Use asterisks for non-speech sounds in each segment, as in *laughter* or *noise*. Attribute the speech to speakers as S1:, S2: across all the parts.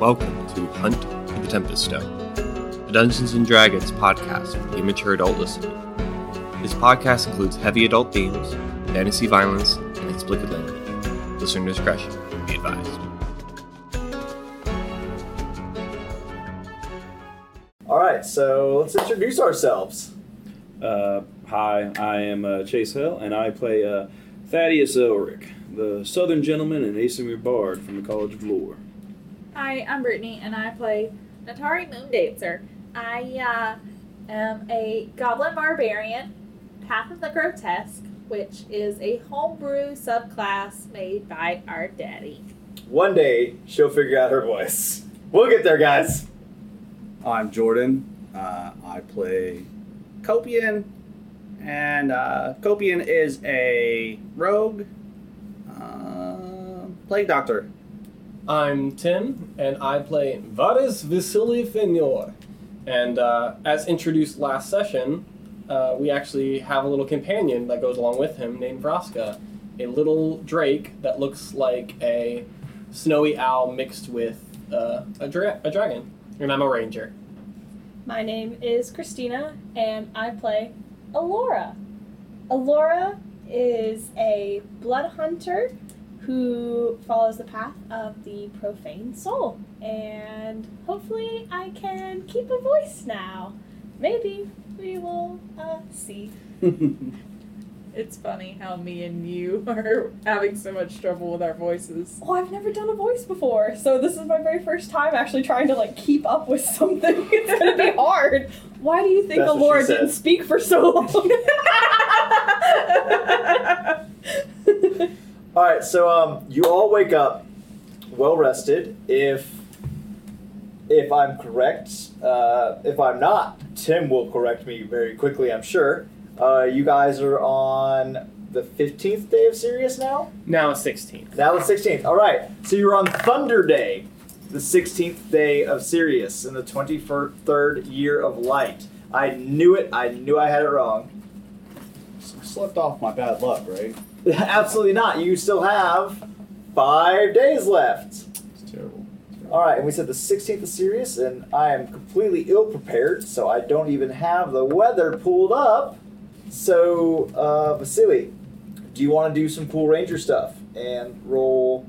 S1: Welcome to Hunt for the Tempest Stone, the Dungeons and Dragons podcast for the immature adult listener. This podcast includes heavy adult themes, fantasy violence, and explicit language. Listener discretion be advised.
S2: All right, so let's introduce ourselves.
S3: Uh, hi, I am uh, Chase Hill, and I play uh, Thaddeus Elric, the Southern gentleman and Asimir Bard from the College of Lore.
S4: Hi, I'm Brittany, and I play Natari Moondancer. I uh, am a goblin barbarian, Path of the Grotesque, which is a homebrew subclass made by our daddy.
S2: One day she'll figure out her voice. We'll get there, guys.
S5: I'm Jordan. Uh, I play Copian, and uh, Copian is a rogue uh,
S2: *laughs*
S5: plague doctor.
S6: I'm Tim, and I play Varus Vasily Fenor. And uh, as introduced last session, uh, we actually have a little companion that goes along with him named Vraska, a little drake that looks like a snowy owl mixed with uh, a, dra- a dragon. And I'm a ranger.
S7: My name is Christina, and I play Alora. Alora is a blood hunter who follows the path of the profane soul. And hopefully, I can keep a voice now. Maybe we will uh, see.
S8: It's funny how me and you
S4: *laughs*
S8: are having so much trouble with our voices.
S7: Oh, I've never done a voice before, so this is my very first time actually trying to like keep up with something. *laughs* It's gonna be hard. Why do you think
S2: That's what she
S7: Alora
S2: said.
S7: didn't speak for so long?
S2: All right, so um, you all wake up well rested. If if I'm correct, uh, if I'm not, Tim will correct me very quickly. I'm sure. Uh, you guys are on the fifteenth day of Sirius now.
S6: Now it's 16.
S2: Now the 16th. All right. So you're on Thunder Day, the 16th day of Sirius in the 23rd year of light. I knew it. I knew I had it wrong.
S5: S- slept off my bad luck, right?
S2: *laughs* Absolutely not. You still have five days left.
S5: It's terrible.
S2: All right. And we said the 16th of Sirius, and I am completely ill prepared, so I don't even have the weather pulled up. So, uh, Vasily, do you want to do some cool ranger stuff and roll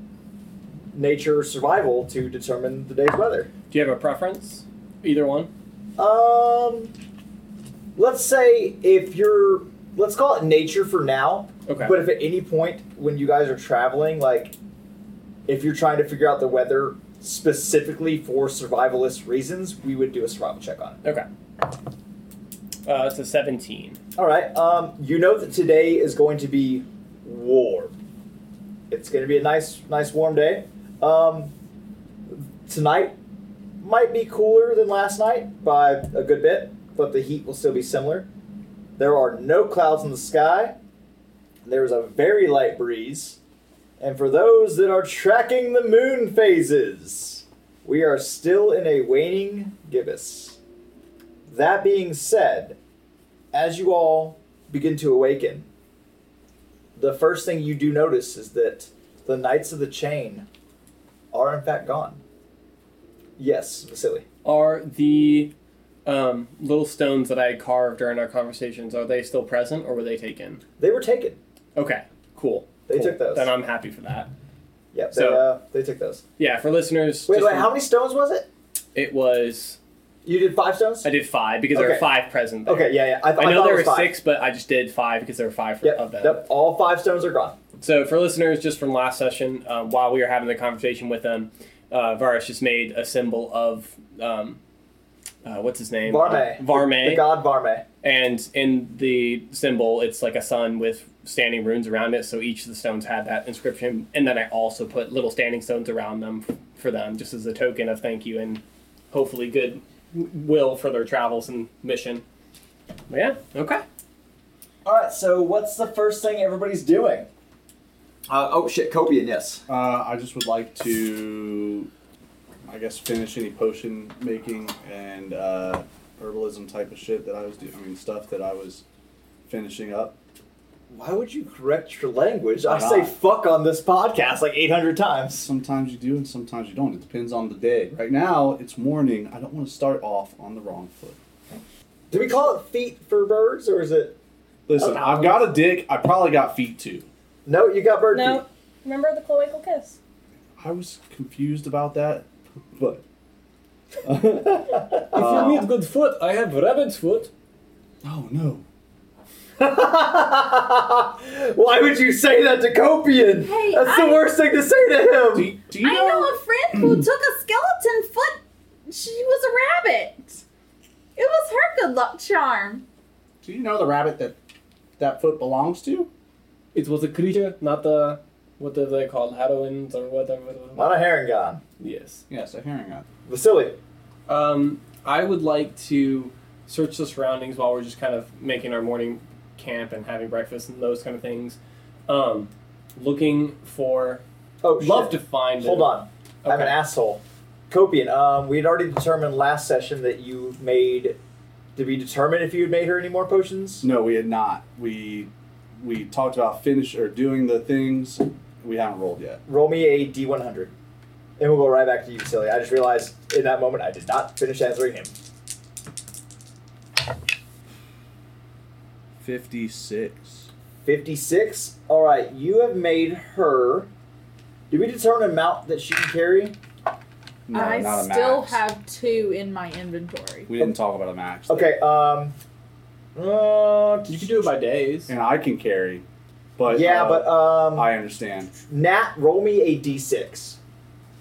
S2: nature survival to determine the day's weather?
S6: Do you have a preference? Either one?
S2: Um, let's say if you're, let's call it nature for now.
S6: Okay.
S2: But if at any point when you guys are traveling, like if you're trying to figure out the weather specifically for survivalist reasons, we would do a survival check on it.
S6: Uh, it's a 17.
S2: All right. Um, you know that today is going to be warm. It's going to be a nice, nice warm day. Um, tonight might be cooler than last night by a good bit, but the heat will still be similar. There are no clouds in the sky. There is a very light breeze. And for those that are tracking the moon phases, we are still in a waning gibbous. That being said, as you all begin to awaken, the first thing you do notice is that the Knights of the Chain are in fact gone. Yes, Vasily.
S6: Are the um, little stones that I had carved during our conversations, are they still present or were they taken?
S2: They were taken.
S6: Okay, cool.
S2: They
S6: Cool.
S2: took those.
S6: Then I'm happy for that.
S2: Yep, they,
S6: So-
S2: uh, they took those.
S6: Yeah, for listeners,
S2: Wait,
S6: just
S2: wait,
S6: from-
S2: how many stones was it?
S6: it was.
S2: You did five stones?
S6: I did five because there
S2: Okay.
S6: were five present. There.
S2: Okay, yeah, yeah. I, th-
S6: I
S2: thought
S6: know
S2: it
S6: there were
S2: was five.
S6: six, but I just did five because there were five for, of
S2: Yep,
S6: them.
S2: yep, all five stones are gone.
S6: So for listeners, just from last session, um, while we were having the conversation with them, uh, Varus just made a symbol of um, uh, what's his name?
S2: Varme.
S6: Uh, Varme.
S2: The god Varme.
S6: and in the symbol, it's like a sun with standing runes around it. So each of the stones had that inscription, and then I also put little standing stones around them f- for them, just as a token of thank you and hopefully good w- will for their travels and mission. But yeah. Okay.
S2: All right, so what's the first thing everybody's doing? Uh, oh, shit, Copian, yes.
S5: Uh, I just would like to, I guess, finish any potion making and uh, herbalism type of shit that I was doing. I mean, stuff that I was finishing up.
S2: Why would you correct your language? I
S5: Why
S2: say
S5: not?
S2: fuck on this podcast like 800 times.
S5: Sometimes you do and sometimes you don't. It depends on the day. Right now, it's morning. I don't want to start off on the wrong foot.
S2: Do we call it feet for birds or is it?
S5: Listen, I've got a dick. I probably got feet too.
S2: No, you got bird
S7: No.
S2: feet. *laughs*
S7: Remember the cloacal kiss?
S5: I was confused about that, but
S6: If you need good foot, I have rabbit's foot.
S5: oh no.
S2: Why would you say that to Copian?
S4: Hey,
S2: That's
S4: I-
S2: the worst thing to say to him.
S5: Do you, do you
S4: I
S5: know?
S4: know a friend who took a skeleton foot. She was a rabbit. It was her good luck charm.
S5: Do you know the rabbit that that foot belongs to?
S6: It was a creature, not the what are they called, heroines or whatever.
S2: Not a herringon.
S6: Yes.
S5: Yes, a herringon.
S2: Vasily.
S6: Um, I would like to search the surroundings while we're just kind of making our morning camp and having breakfast and those kind of things. Um, looking for.
S2: Oh, shit.
S6: Love to find.
S2: Hold
S6: it.
S2: on. I'm an
S6: Okay.
S2: asshole. Copian, um, we had already determined last session that you made. Did we determine if you had made her any more potions?
S5: No, we had not. We we talked about finish or doing the things. We haven't rolled yet.
S2: Roll me a D100. And we'll go right back to you, Vasily. I just realized in that moment I did not finish answering him.
S5: Fifty six.
S2: 56. All right, you have made her. Did we determine amount that she can carry?
S5: No,
S8: I
S5: not a
S8: still
S5: max.
S8: have two in my inventory.
S5: We didn't talk about a max.
S2: Okay, um. Uh,
S6: You could do it by days.
S5: And I can carry, but
S2: yeah,
S5: uh,
S2: but um,
S5: I understand.
S2: Nat, roll me a d6.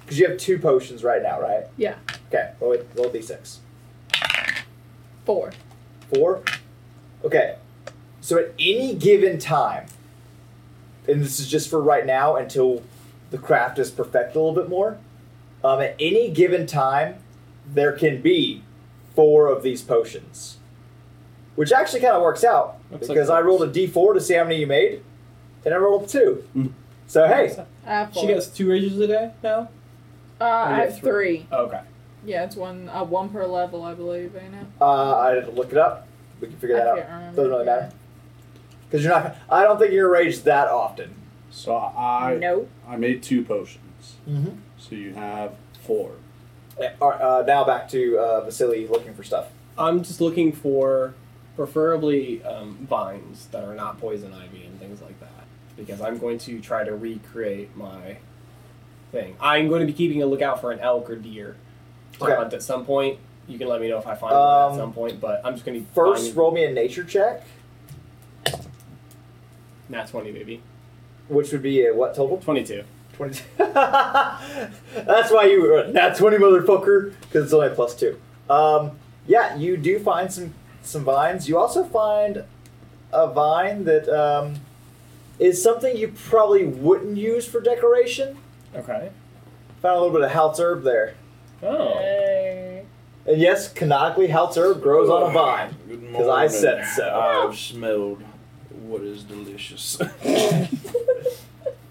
S2: Because you have two potions right now, right?
S8: Yeah.
S2: Okay, roll, it, roll d6.
S8: Four.
S2: Four? Okay. So at any given time, and this is just for right now until the craft is perfected a little bit more, um, at any given time, there can be four of these potions. Which actually kind of works out
S6: Looks like
S2: because I rolled a d4 to see how many you made, and I rolled two.
S5: Mm.
S2: So hey,
S8: I have four.
S6: She gets two rages a day now?
S8: uh, I
S6: you
S8: have
S6: have
S8: three.
S6: Okay.
S8: Yeah, it's one uh, one per level, I believe, ain't it?
S2: uh, I had to look it up. We can figure
S8: I
S2: that
S8: can't
S2: out.
S8: remember.
S2: Doesn't really matter because you're not. I don't think you're raged that often.
S5: So I
S8: no.
S5: I made two potions.
S2: Mm-hmm.
S5: So you have four.
S2: Uh, all right, uh, now back to uh, Vasily looking for stuff.
S6: I'm just looking for preferably um, vines that are not poison ivy and things like that because I'm going to try to recreate my thing. I'm going to be keeping a lookout for an elk or deer to
S2: Okay.
S6: hunt at some point. You can let me know if I find one
S2: Um,
S6: at some point, but I'm just going to be
S2: First,
S6: finding-
S2: roll me a nature check,
S6: nat 20 baby,
S2: which would be a what total?
S6: 22.
S2: 20. *laughs* That's why you were not 20, motherfucker, because it's only a plus two. Um, yeah, you do find some, some vines. You also find a vine that um, is something you probably wouldn't use for decoration.
S6: Okay.
S2: Found a little bit of house herb there.
S6: Oh.
S7: Hey.
S2: And yes, canonically, house herb grows on a vine.
S3: Good morning.
S2: 'Cause I said so.
S3: I've smelled what is
S9: *laughs*
S5: *laughs*
S3: delicious.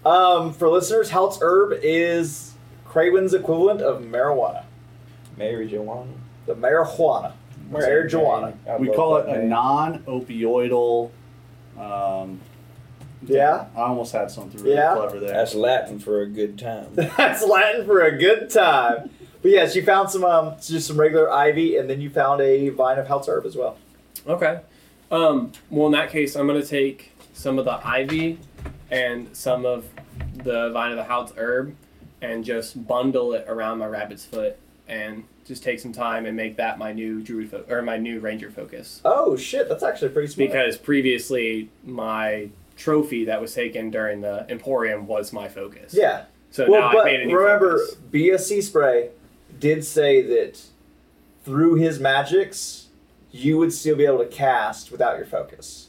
S2: Um, for listeners, house herb is Craven's equivalent of marijuana.
S9: Mary Joanne.
S2: The marijuana. Marijuana.
S9: I
S5: we
S9: love
S5: call it
S9: that
S5: a
S9: name.
S5: non-opioidal. Um,
S2: Yeah?
S5: I almost had something really
S2: Yeah?
S5: clever there.
S9: That's Latin for a good time.
S2: *laughs* That's Latin for a good time. But yes, you found some um, just some regular ivy, and then you found a vine of house herb as well.
S6: Okay. Um, well, in that case, I'm going to take some of the ivy and some of the vine of the house herb and just bundle it around my rabbit's foot and just take some time and make that my new druid fo- or my new ranger focus.
S2: Oh shit, that's actually pretty smart.
S6: Because previously, my trophy that was taken during the Emporium was my focus.
S2: yeah.
S6: So now
S2: well,
S6: I've
S2: but
S6: made a new
S2: remember,
S6: focus.
S2: BSC spray did say that through his magics, you would still be able to cast without your focus.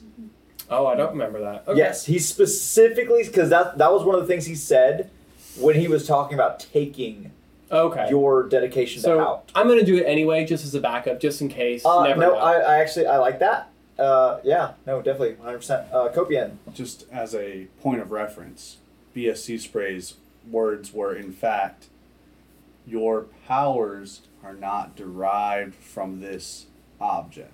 S6: Oh, I don't remember that. Okay.
S2: Yes, he specifically because that that was one of the things he said when he was talking about taking
S6: Okay.
S2: your dedication to
S6: so
S2: out.
S6: I'm going to do it anyway, just as a backup, just in case.
S2: Uh,
S6: Never
S2: no,
S6: know.
S2: I, I actually I like that. Uh, yeah, no, definitely, 100%. Uh, Copian.
S5: Just as a point of reference, BSC Spray's words were, in fact, your powers are not derived from this object.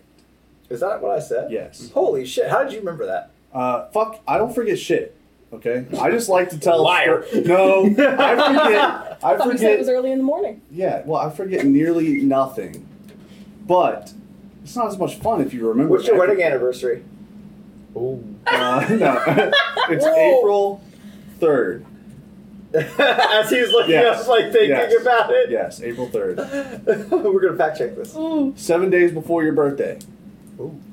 S2: Is that what I said?
S5: Yes.
S2: Holy shit, how did you remember that?
S5: Uh, fuck, I don't forget shit. Okay, I just like to tell.
S2: Liar.
S5: No, I forget. I
S7: *laughs* Thought you said it was
S5: forget.
S7: early in the morning.
S5: Yeah, well, I forget nearly nothing, but it's not as much fun if you remember.
S2: What's your
S5: every-
S2: wedding anniversary? *laughs*
S9: Ooh.
S5: Uh, *laughs* no, it's
S2: Whoa.
S5: April third.
S2: As he's looking
S5: Yes.
S2: up, like thinking
S5: Yes.
S2: about it.
S5: Yes, April third.
S2: *laughs* We're gonna fact check this.
S5: Seven days before your birthday.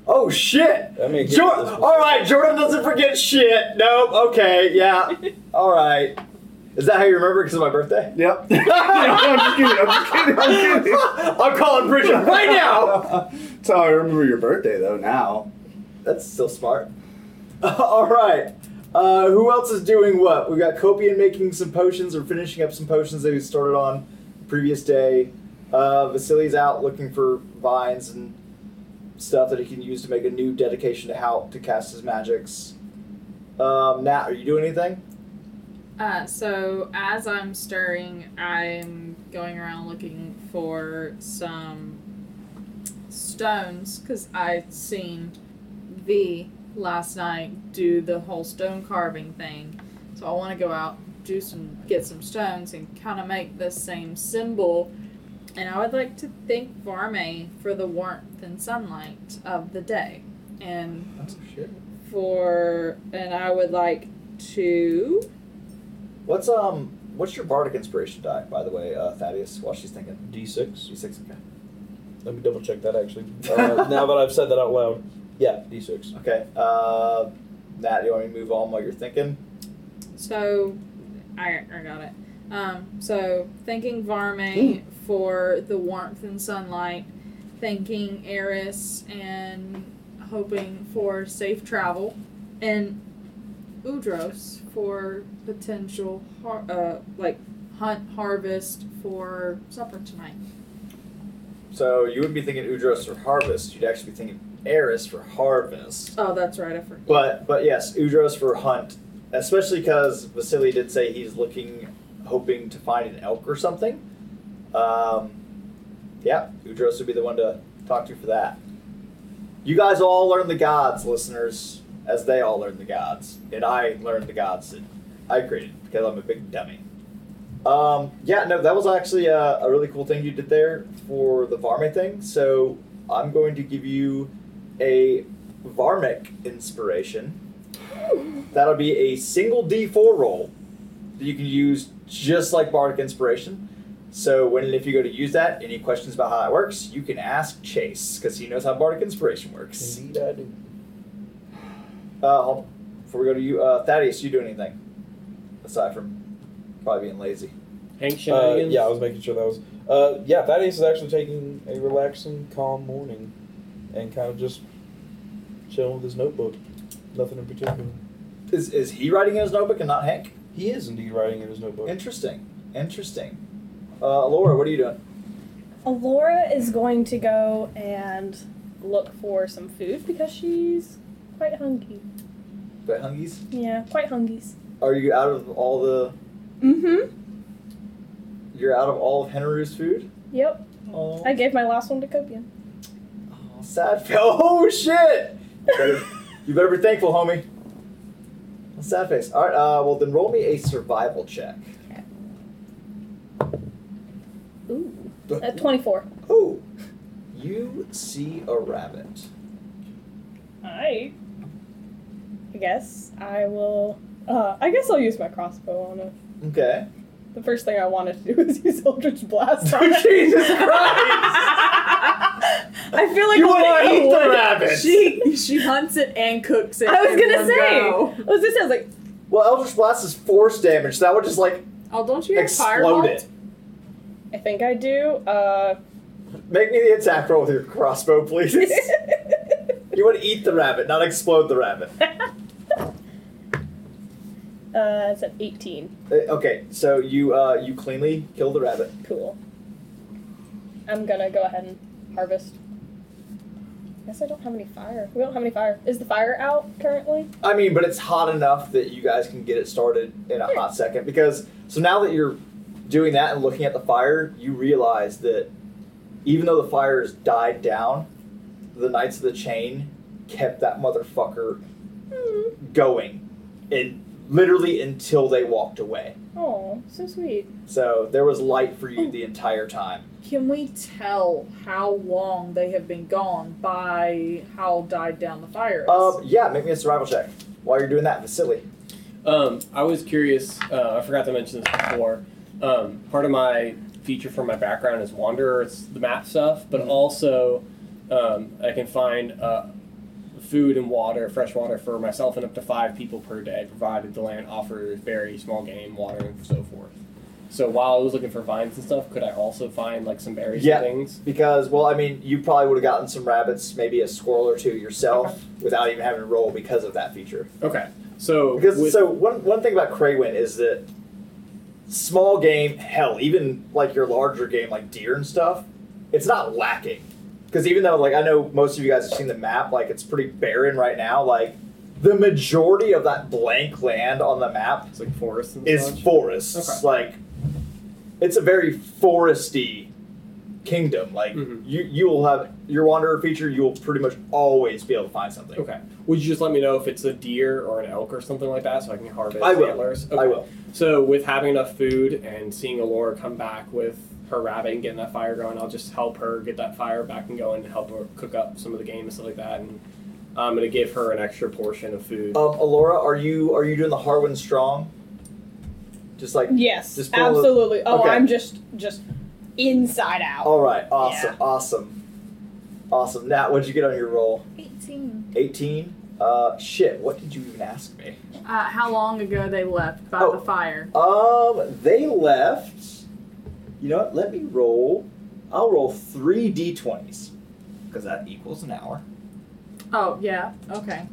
S2: Oh shit!
S9: Let me get
S2: Jordan,
S9: this one.
S2: all right, Jordan doesn't forget shit. Nope. Okay. Yeah. All right. Is that how you remember? Because of my birthday.
S5: Yep. *laughs* No, I'm just kidding. I'm just kidding. I'm kidding.
S2: I'm calling Bridget right now.
S5: *laughs* That's how I remember your birthday, though. Now,
S2: That's still smart. *laughs* all right. Uh, who else is doing what? We got Copian making some potions or finishing up some potions that he started on the previous day. Uh, Vasili's out looking for vines and stuff that he can use to make a new dedication to how to cast his magics. Um, Nat, are you doing anything?
S8: Uh, so as I'm stirring, I'm going around looking for some stones because I'd seen V last night do the whole stone carving thing. So I want to go out, do some, get some stones, and kind of make the same symbol. And I would like to thank Varme for the warmth and sunlight of the day, and
S2: Oh shit.
S8: for and I would like to.
S2: What's um what's your bardic inspiration die, by the way, uh, Thaddeus? While she's thinking,
S9: D6.
S2: she's six. Okay.
S9: Let me double check that actually. *laughs* Uh, now that I've said that out loud. Yeah, D6.
S2: Okay. Uh, Nat, you want me to move on while you're thinking?
S8: So, I, I got it. Um, so, thanking Varme
S7: Hmm.
S8: for the warmth and sunlight, thanking Eris and hoping for safe travel, and Udros for potential har- uh, like hunt harvest for supper tonight.
S2: So you wouldn't be thinking Udros for harvest. You'd actually be thinking Eris for harvest.
S8: Oh, that's right. I forgot.
S2: But but yes, Udros for hunt, especially because Vasily did say he's looking, hoping to find an elk or something. Um, yeah, Udros would be the one to talk to for that. You guys all learn the gods, listeners, as they all learn the gods, and I learned the gods that I created because I'm a big dummy. Um, yeah, no, that was actually a, a really cool thing you did there for the Varme thing. So I'm going to give you a Varmic inspiration. That'll be a single D4 roll that you can use just like Bardic Inspiration. So when and if you go to use that, any questions about how that works, you can ask Chase because he knows how Bardic Inspiration works.
S9: Indeed, I do.
S2: Uh, hold on. Before we go to you, uh, Thaddeus, you do anything aside from probably being lazy?
S6: Hank
S9: Uh,
S6: Shenanigans.
S9: yeah, I was making sure that was. Uh, yeah, Thaddeus is actually taking a relaxing, calm morning, and kind of just chilling with his notebook. Nothing in particular.
S2: Is is he writing in his notebook and not Hank?
S9: He is indeed writing in his notebook.
S2: Interesting. Interesting. Uh, Laura, what are you doing?
S7: Alora is going to go and look for some food because she's quite hungry.
S2: The hungies?
S7: Yeah, quite hungies.
S2: Are you out of all the?
S7: Mm-hmm.
S2: *laughs* You're out of all of Henry's food.
S7: Yep.
S2: Oh,
S7: I gave my last one to Copian.
S2: oh, sad face. Oh shit! You
S7: *laughs*
S2: better, you better be thankful, homie. Sad face. All right. Uh, well, then roll me a survival check.
S7: Ooh. At 24.
S2: Oh, you see a rabbit.
S7: I. I guess I will. Uh, I guess I'll use my crossbow on it. *laughs*
S2: Okay.
S7: The first thing I wanted to do was use Eldritch Blast on it.
S2: *laughs* Jesus
S7: I feel like
S2: you
S7: I'm
S2: want
S7: gonna
S2: to eat
S7: one.
S2: the rabbit?
S8: She she hunts it and cooks it.
S7: I was
S8: in
S7: gonna
S8: one
S7: say.
S8: go.
S7: What was this? I was like,
S2: Well, Eldritch Blast is force damage. So that would just like
S8: Oh, don't you have
S2: explode
S8: fireball?
S2: it.
S7: I think I do.
S2: *laughs*
S7: Uh, *laughs*
S2: Make me the attack roll with your crossbow,
S8: *laughs*
S2: please. *laughs* you want to eat the rabbit, not explode the rabbit.
S7: uh, it's at 18.
S2: Uh, Okay, so you uh, you cleanly kill the rabbit.
S7: Cool. I'm gonna go ahead and harvest. I guess I don't have any fire. We don't have any fire. Is the fire out currently?
S2: I mean, but it's hot enough that you guys can get it started in a hot second because so now that you're doing that and looking at the fire, you realize that even though the fire has died down, the Knights of the Chain kept that motherfucker
S7: Hmm.
S2: going, and literally until they walked away.
S4: Oh, so sweet.
S2: So there was light for you the entire time.
S8: Can we tell how long they have been gone by how died down the fire is?
S2: Um, yeah, make me a survival check while you're doing that, Vasily.
S6: Um, I was curious. Uh, I forgot to mention this before. Um, part of my feature for my background is Wanderer. It's the map stuff, but
S2: Mm-hmm.
S6: also um, I can find uh, food and water, fresh water for myself and up to five people per day, provided the land offers very small game, water, and so forth. So while I was looking for vines and stuff, could I also find like some berries
S2: Yeah.
S6: and things?
S2: Because, well, I mean, you probably would have gotten some rabbits, maybe a squirrel or two yourself, without even having to roll because of that feature.
S6: Okay. So
S2: Because
S6: with-
S2: so one one thing about Craywin is that small game, hell, even like your larger game like deer and stuff, it's not lacking. Because even though like I know most of you guys have seen the map, like it's pretty barren right now. Like the majority of that blank land on the map
S6: it's like forests and
S2: is
S6: such.
S2: forests.
S6: Okay.
S2: Like it's a very foresty kingdom. Like
S6: Mhm.
S2: you you will have your wanderer feature. You will pretty much always be able to find something.
S6: Okay. Would you just let me know if it's a deer or an elk or something like that, so I can harvest
S2: I will.
S6: antlers?
S2: I
S6: Okay.
S2: will.
S6: So with having enough food and seeing Alora come back with her rabbit and getting that fire going, I'll just help her get that fire back and going and help her cook up some of the game and stuff like that. And I'm gonna give her an extra portion of food.
S2: Um, Alora, are you are you doing the Harwin strong? Just like
S7: Yes,
S2: Just pull the-
S7: absolutely. Oh,
S2: okay.
S7: I'm just just inside out.
S2: all right, awesome, awesome, awesome. Nat, what'd you get on your roll?
S4: 18.
S2: Eighteen. Uh, shit. What did you even ask me?
S8: Uh, how long ago they left by
S2: Oh.
S8: the fire?
S2: Um, they left. You know what? Let me roll. I'll roll three d20s because that equals an hour.
S8: Oh yeah, okay.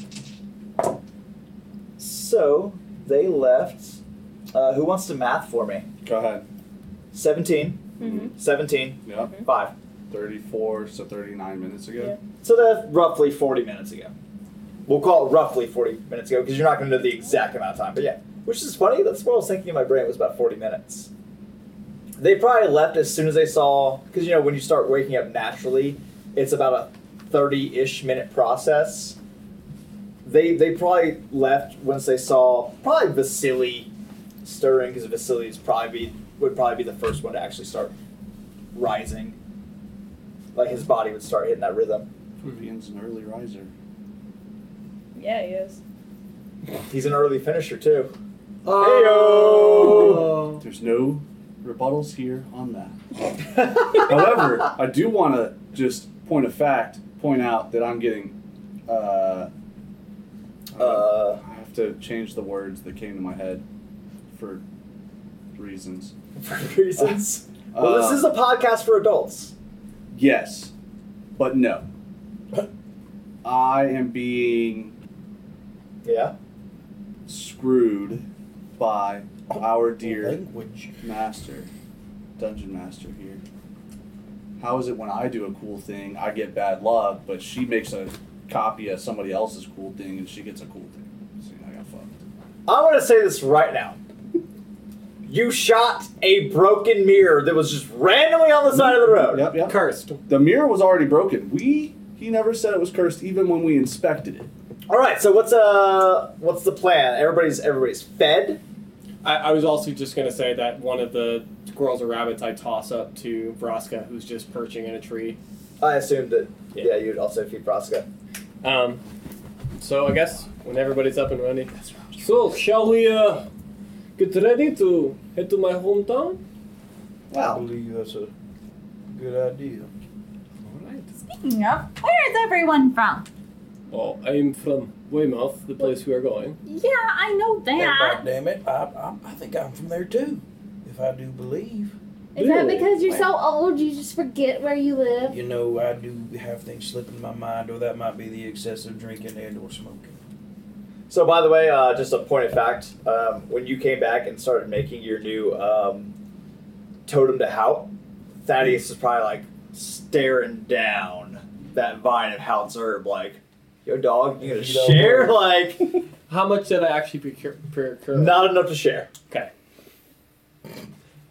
S2: So they left. Uh, who wants to math for me?
S5: Go ahead.
S2: 17,
S7: Mhm.
S2: 17,
S5: Yep.
S2: 5.
S5: 34, so 39 minutes ago.
S2: So that's roughly 40 minutes ago. We'll call it roughly 40 minutes ago because you're not going to know the exact amount of time. But yeah, which is funny. That's what I was thinking in my brain was about 40 minutes. They probably left as soon as they saw, because you know, when you start waking up naturally, it's about a 30 ish minute process. They, they probably left once they saw probably Vasily stirring because Vasily is probably would probably be the first one to actually start rising. Like his body would start hitting that rhythm.
S5: Vivian's an early riser.
S7: Yeah, he is.
S2: He's an early finisher too.
S6: Oh.
S5: There's no rebuttals here on that. However, I do want to just point a fact, point out that I'm getting. Uh,
S2: Uh,
S5: I have to change the words that came to my head for reasons.
S2: *laughs* for reasons. well,
S5: Uh,
S2: this is a podcast for adults.
S5: Yes, but no. I am being
S2: Yeah.
S5: screwed by our dear
S9: Language.
S5: master, dungeon master here. How is it when I do a cool thing, I get bad luck, but she makes a copy of somebody else's cool thing and she gets a cool thing? See, I got fucked.
S2: I want to say this right now. You shot a broken mirror that was just randomly on the side of the road.
S5: Mm-hmm. Yep, yep.
S6: Cursed.
S5: The mirror was already broken. We, he never said it was cursed, even when we inspected it.
S2: All right. So what's uh what's the plan? Everybody's everybody's fed.
S6: I, I was also just gonna say that one of the squirrels or rabbits I toss up to Vraska, who's just perching in a tree.
S2: I assumed that.
S6: Yeah.
S2: Yeah, you'd also feed Braska.
S6: Um, so I guess when everybody's up and running. So shall we uh, get ready to head to my hometown?
S9: I believe that's a good idea.
S4: Speaking of, where is everyone from?
S6: Oh, I'm from Weymouth, the place we are going.
S4: Yeah, I know that.
S9: God damn it! I, I, I think I'm from there too, if I do believe.
S4: Is that
S6: Ew.
S4: because you're so old you just forget where you live?
S9: You know, I do have things slip in my mind, or that might be the excessive drinking and/or smoking.
S2: So, by the way, uh, just a point of fact: um, when you came back and started making your new um, totem to Hout, Thaddeus is probably like staring down that vine of Hout's herb, like, "Yo, dog, you gonna
S9: You don't
S2: share?
S9: know."
S2: *laughs* Like,
S6: How much did I actually procure? procure?
S2: not enough to share."
S6: Okay.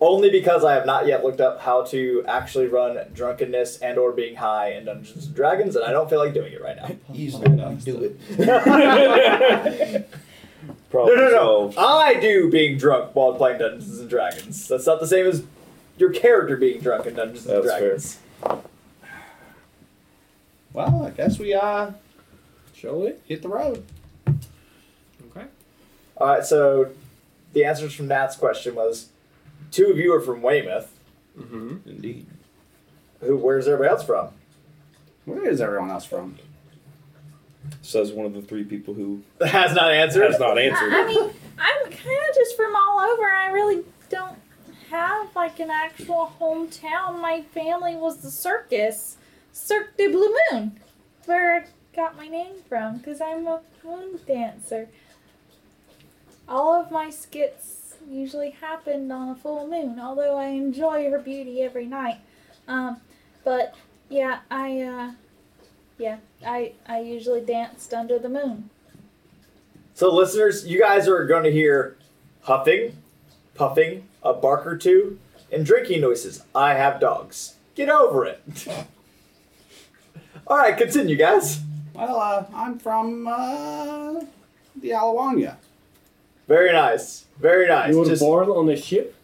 S2: Only because I have not yet looked up how to actually run drunkenness and or being high in Dungeons and Dragons, and I don't feel like doing it right now.
S5: Oh,
S10: Easily enough. Do it.
S9: *laughs*
S2: *laughs* No,
S9: Problem
S2: no, no.
S9: solved.
S2: I do being drunk while playing Dungeons and Dragons. That's not the same as your character being drunk in Dungeons and
S9: That's fair.
S2: Dragons.
S5: Well, I guess we uh
S6: Shall we?
S5: hit the road.
S6: Okay.
S2: All right, so the answers from Nat's question was two of you are from Weymouth.
S6: Mm-hmm.
S9: Indeed.
S2: Who? Where's everybody else from? *laughs*
S5: Where is everyone else from?
S9: Says one of the three people who
S2: Has not answered.
S9: has not
S7: I, I
S9: answered.
S7: mean, I'm kind of just from all over. I really don't have like an actual hometown. My family was the circus, Cirque du Blue Moon, where I got my name from because I'm a moon dancer. All of my skits usually happened on a full moon, although I enjoy her beauty every night. Um, but yeah, I uh, yeah, I I usually danced under the moon.
S2: *laughs* So, listeners, you guys are going to hear huffing, puffing, a bark or two, and drinking noises. I have dogs. Get over it. *laughs* All right, continue, guys.
S5: Well, uh, I'm from uh, the Alawanya.
S2: Very nice. Very nice.
S6: you were
S2: Just-
S6: born on a ship?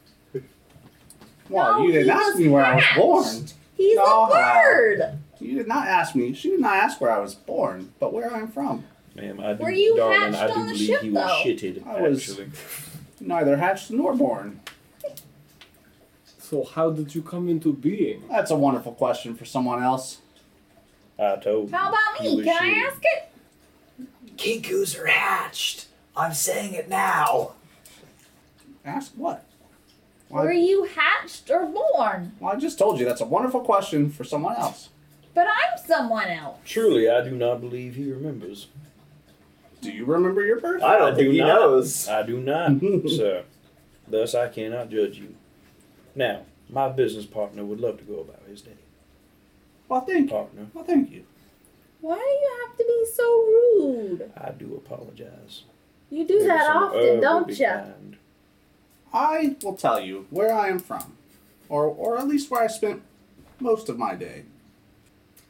S5: Well,
S7: No,
S5: you didn't
S7: he
S5: ask
S7: was
S5: me where I was born.
S7: hatched. He's
S5: No.
S7: a bird.
S5: You did not ask me. She did not ask where I was born, but where I'm from.
S9: Ma'am, I do,
S7: Were you
S9: darling, I
S7: hatched
S9: do
S7: on the
S9: believe
S7: ship,
S9: he was
S7: though?
S9: shitted,
S5: I was-
S9: actually.
S5: Neither hatched nor born.
S6: So how did you come into being?
S5: That's a wonderful question for someone else.
S9: I told
S7: How
S9: you
S7: about
S9: he
S7: me?
S9: was
S7: Can I
S9: shitted.
S7: ask it?
S2: Kinkus are hatched. I'm saying it now.
S5: Ask what? Well,
S7: Were
S5: I,
S7: you hatched or born?
S5: well, I just told you that's a wonderful question for someone else.
S7: But I'm someone else.
S9: Truly, I do not believe he remembers.
S5: Do you remember your birth?
S2: I don't
S9: I
S2: think
S9: do
S2: he
S9: not.
S2: knows.
S9: I do not, sir. Thus, I cannot judge you. Now, my business partner would love to go about his day.
S5: Well, thank you.
S9: Partner,
S5: Well, thank you.
S7: Why do you have to be so rude?
S9: I do apologize.
S7: You do that often, don't you?
S5: I will tell you where I am from, or or at least where I spent most of my day.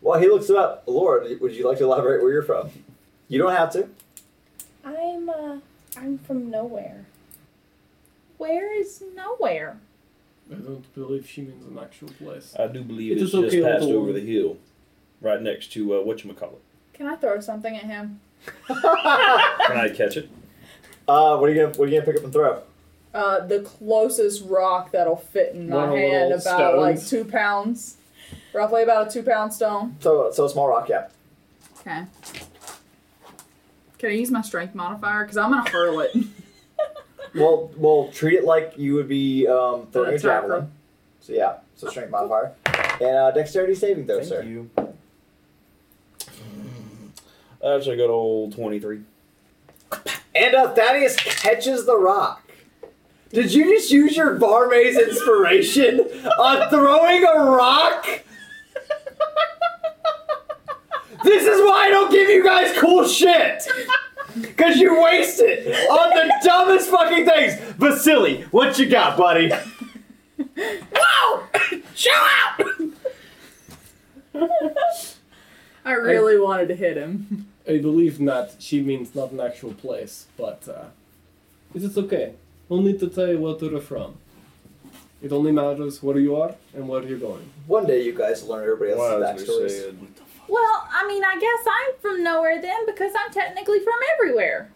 S2: Well, he looks it up. Laura, would you like to elaborate where you're from? You don't have to.
S11: I'm uh, I'm from nowhere.
S7: Where is nowhere?
S6: I don't believe she means an actual place.
S9: I do believe
S6: It
S9: it's
S6: is okay
S9: just
S6: with
S9: passed
S6: the
S9: over
S6: world.
S9: the hill, right next to uh, what you call it.
S7: Can I throw something at him?
S9: Can I catch it?
S2: Uh, what are you gonna What are you gonna pick up and throw?
S8: Uh, the closest rock that'll fit in my
S6: One of the
S8: hand,
S6: little
S8: about like
S6: stones.
S8: two pounds, roughly about a two pound stone.
S2: So, so a small rock, yeah.
S8: Okay. Can I use my strength modifier? Because I'm gonna
S6: *laughs*
S8: hurl it.
S2: Well, well, treat it like you would be um, throwing a
S8: That's right,
S2: javelin. So yeah, so strength modifier and uh, dexterity saving throw,
S10: Thank
S2: sir.
S10: you.
S9: That's a good old twenty-three.
S2: And uh, Thaddeus catches the rock. Did you just use your barmaid's inspiration on throwing a rock? This is why I don't give you guys cool shit. Cause you waste it on the dumbest fucking things. Vasily, what you got, buddy? Wow! Show out!
S8: I really wanted to hit him. *laughs*
S6: I believe not. She means not an actual place, but uh, it is okay. No need to tell you where you're from. It only matters where you are and where you're going.
S2: One day you guys will learn everybody else's backstories.
S7: Well, I mean, I guess I'm from nowhere then because I'm technically from everywhere.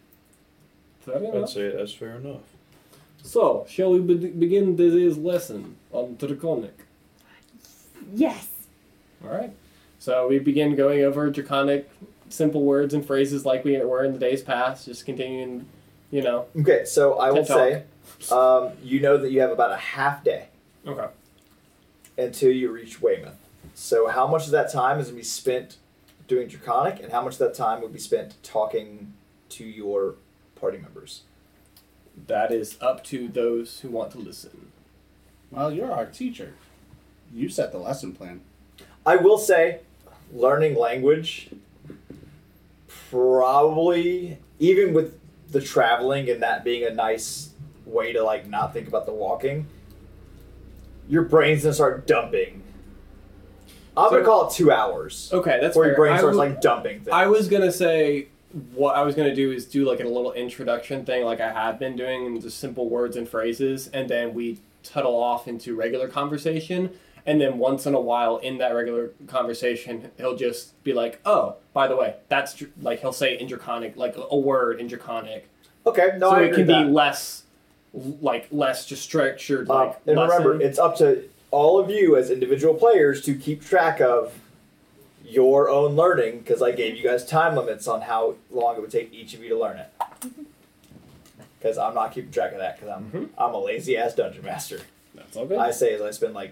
S6: Fair
S9: I'd
S6: enough.
S9: say that's fair enough.
S6: So, shall we be- begin today's lesson on Draconic?
S7: Yes.
S6: All right. So we begin going over draconic, simple words and phrases like we were in the days past, just continuing, you know.
S2: Okay, so I will
S6: Ted
S2: say, um, you know that you have about a half day
S6: Okay.
S2: until you reach Weymouth. So how much of that time is going to be spent doing Draconic, and how much of that time would be spent talking to your party members?
S6: That is up to those who want to listen.
S5: Well, you're our teacher. You set the lesson plan.
S2: I will say, learning language probably even with the traveling and that being a nice way to like not think about the walking your brain's gonna start dumping. I'm gonna
S6: So-
S2: call it two hours.
S6: Okay, that's
S2: where your
S6: fair.
S2: brain
S6: I
S2: starts
S6: will-
S2: like dumping things.
S6: I was gonna say what I was gonna do is do like a little introduction thing, like I have been doing, in just simple words and phrases, and then we tuttle off into regular conversation. And then once in a while, in that regular conversation, he'll just be like, "Oh, by the way, that's dr-, like he'll say in draconic, like a word in draconic,
S2: okay, no,
S6: so
S2: I
S6: it
S2: agree
S6: can
S2: with that.
S6: be less, like less just structured,
S2: Uh,
S6: like
S2: and
S6: lesson.
S2: remember, it's up to all of you as individual players to keep track of your own learning because I gave you guys time limits on how long it would take each of you to learn it. Because I'm not keeping track of that because I'm
S6: Mhm.
S2: I'm a lazy ass dungeon master.
S6: that's all good.
S2: I say as I spend like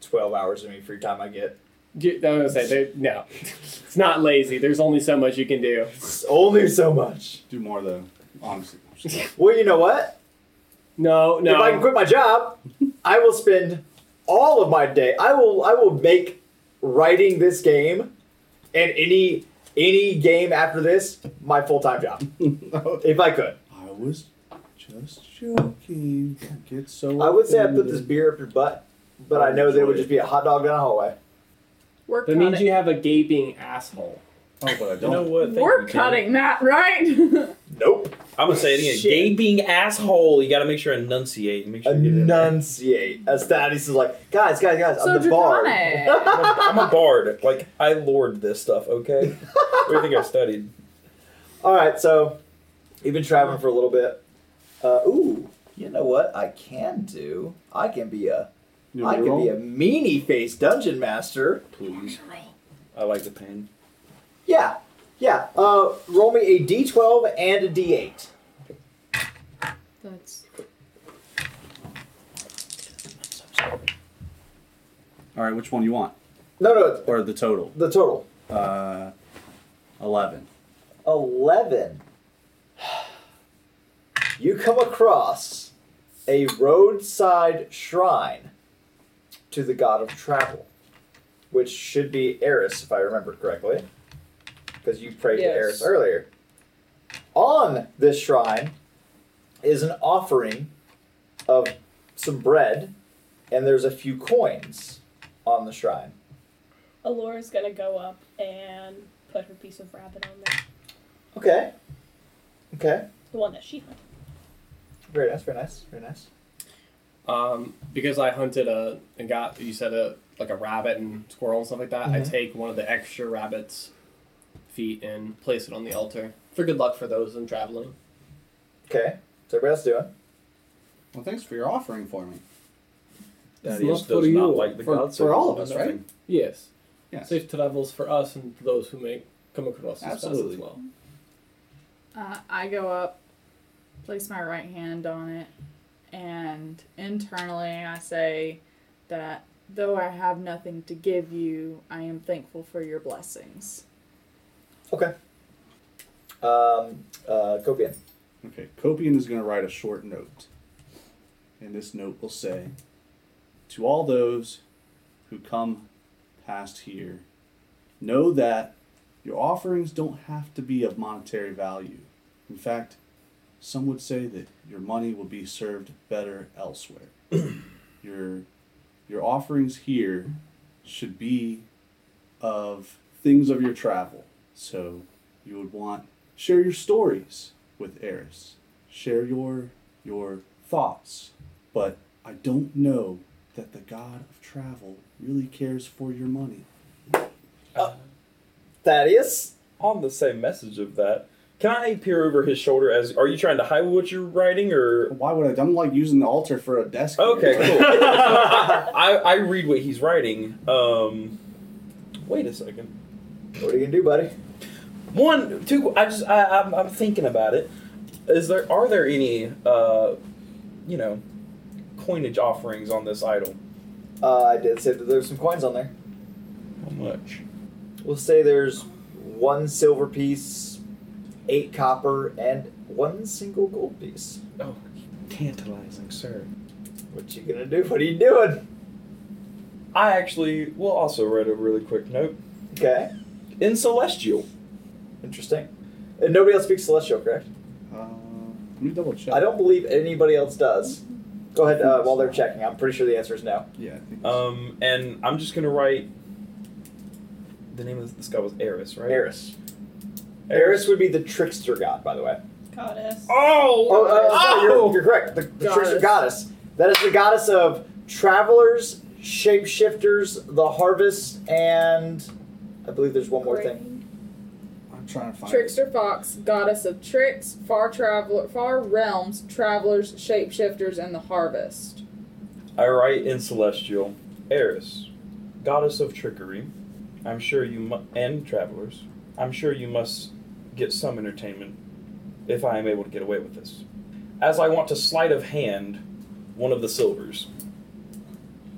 S2: twelve hours of any free time I get.
S6: Yeah, I was gonna say they- no, *laughs* it's not lazy. There's only so much you can do.
S2: It's only so much.
S5: Do more though, *laughs* honestly.
S2: Well, you know what?
S6: No, no.
S2: If I can quit my job, I will spend all of my day. I will I will make writing this game and any any game after this my full time job.
S5: Oh,
S2: if I could,
S5: I was just joking. Don't Get so.
S2: I would say I put this
S5: offended.
S2: beer up your butt, but I know there would just be a hot dog down the hallway.
S8: We're
S6: That
S8: cutting.
S6: means you have a gaping asshole.
S5: Oh, but I
S9: You know
S5: don't.
S9: what? Thank
S8: We're
S9: you, Tim.
S8: cutting that,
S6: *laughs*
S8: right? *laughs*
S2: Nope.
S9: I'm gonna say it again.
S8: Shit.
S9: Gaping asshole. You gotta make sure enunciate. Make sure you get it.
S2: Enunciate. As Thaddeus is like, guys, guys, guys,
S8: So
S2: I'm the
S6: *laughs*
S2: bard.
S8: draconic.
S9: I'm a- I'm a bard. Like I lord this stuff. Okay. What do you think I studied?
S2: All right, so you've been traveling for a little bit. Uh, ooh, you know what I can do? I can be a
S5: You
S2: I
S5: want me to
S2: could be
S5: roll?
S2: a meanie face dungeon master.
S5: Please.
S9: I like the pain.
S2: Yeah, yeah. Uh, roll me a d12 and a d8.
S8: That's
S5: All right, which one you want,
S2: No, no,
S5: or the total?
S2: the total
S5: Uh, eleven.
S2: eleven. You come across a roadside shrine to the god of travel, which should be Eris, if I remember correctly, because you prayed
S8: Yes.
S2: to Eris earlier. On this shrine is an offering of some bread, and there's a few coins on the shrine.
S7: Alora's gonna go up and put her piece of rabbit on there.
S2: Okay. Okay.
S7: The one that she hunted.
S2: Very nice. Very nice. Very nice.
S6: Um, because I hunted a and got you said a like a rabbit and squirrel and stuff like that. I take one of the extra rabbits' feet and place it on the altar for good luck for those in traveling.
S2: Okay. So everybody else doing?
S5: Well, thanks for your offering for me.
S9: That
S6: not
S9: is
S6: for
S9: does
S6: you,
S9: not like the
S6: for-
S9: gods.
S5: for all of us, right?
S6: Yes,
S5: Yes.
S6: safe travels for us and for those who may come across this path
S5: Absolutely.
S6: as well.
S8: Uh, I go up, place my right hand on it, and internally I say that though I have nothing to give you, I am thankful for your blessings.
S2: Um, uh, Copian.
S5: Okay, Copian is going to write a short note. And this note will say To all those who come past here, know that your offerings don't have to be of monetary value. In fact, some would say that your money will be served better elsewhere. your, your offerings here should be of things of your travel. So you would want share your stories with Eris. Share your your thoughts. But I don't know that the god of travel really cares for your money.
S2: Thaddeus.
S9: On the same message of that, can I peer over his shoulder? As are you trying to hide what you're writing, or
S5: Why would I? I'm like using the altar for a desk.
S9: okay, cool. So I, I read what he's writing. Um, wait a second.
S2: What are you gonna do, buddy?
S9: One, two. I just I, I'm, I'm thinking about it. Is there are there any uh, you know, coinage offerings on this idol?
S2: Uh, I did say that there's some coins on there.
S9: How much?
S2: We'll say there's one silver piece, eight copper, and one single gold piece.
S9: Oh, tantalizing, sir.
S2: What you gonna do? What are you doing?
S9: I actually will also write a really quick note
S2: Okay.
S9: in celestial.
S2: Interesting. And nobody else speaks celestial, correct?
S5: Uh, Um, let me double check.
S2: I don't believe anybody else does. Go ahead uh, while they're checking. I'm pretty sure the answer is no.
S5: Yeah. I think it's-
S9: Um, and I'm just gonna write. The name of this, this guy was Eris, right?
S2: Eris. Eris would be the trickster god, by the way.
S7: Goddess.
S3: Oh!
S2: Oh, uh, sorry,
S3: Oh!
S2: you're, you're correct. The, the trickster goddess. That is the goddess of travelers, shapeshifters, the harvest, and I believe there's one more thing.
S5: I'm trying to find.
S8: Trickster Fox, goddess of tricks, far traveler, far realms, travelers, shapeshifters, and the harvest.
S9: I write in Celestial, Eris, goddess of trickery. I'm sure you mu- and travelers. I'm sure you must get some entertainment if I am able to get away with this. As I want to sleight of hand one of the silvers.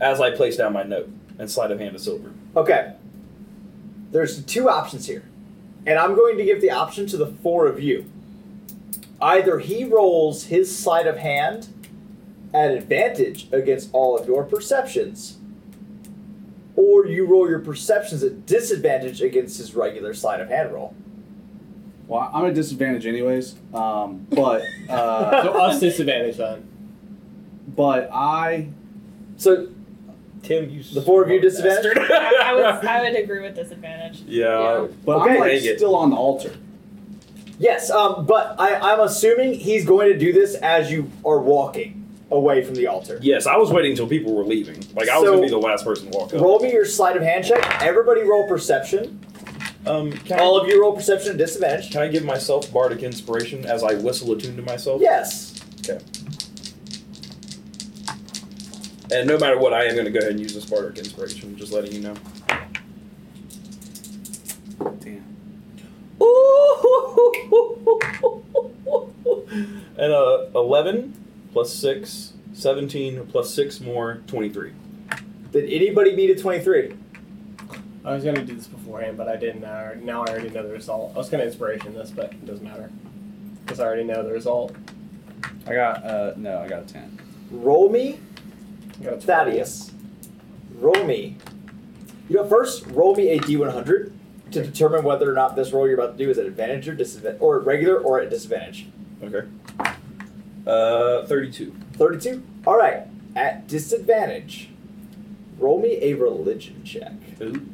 S9: As I place down my note and sleight of hand a silver.
S2: Okay. There's two options here. And I'm going to give the option to the four of you. Either he rolls his sleight of hand at advantage against all of your perceptions, or you roll your perceptions at disadvantage against his regular sleight of hand roll.
S5: Well, I'm at a disadvantage anyways. Um, but uh, *laughs*
S6: So us disadvantage then.
S5: but I
S2: So
S9: Tim, you
S2: the four of you disadvantage?
S7: *laughs* I, I would, I would agree with disadvantage.
S9: yeah.
S5: but
S2: Okay.
S5: I'm like
S9: Dang it.
S5: still on the altar.
S2: Yes, um, but I, I'm assuming he's going to do this as you are walking away from the altar.
S9: Yes, I was waiting until people were leaving. Like I was
S2: So-
S9: gonna be the last person to walk up.
S2: Roll me your sleight of hand check. Everybody roll perception.
S9: Um, can
S2: All
S9: I,
S2: of you roll perception at disadvantage.
S9: Can I give myself bardic inspiration as I whistle a tune to myself?
S2: Yes.
S9: And no matter what, I am going to go ahead and use this bardic inspiration. Just letting you know.
S5: Damn.
S9: And uh, eleven plus six. 17 plus 6 more, 23.
S2: Did anybody beat a 23?
S6: I was gonna do this beforehand, but I didn't. I already- now I already know the result. I was gonna inspiration this, but it doesn't matter because I already know the result.
S5: I got uh no, I got a ten.
S2: Roll me,
S6: I got a 12.
S2: Thaddeus. Roll me. You know, first, roll me a d100 to determine whether or not this roll you're about to do is at advantage or disadvantage, or regular or at disadvantage.
S9: Okay. Uh, 32.
S2: 32? All right. At disadvantage, roll me a religion check.
S9: Ooh.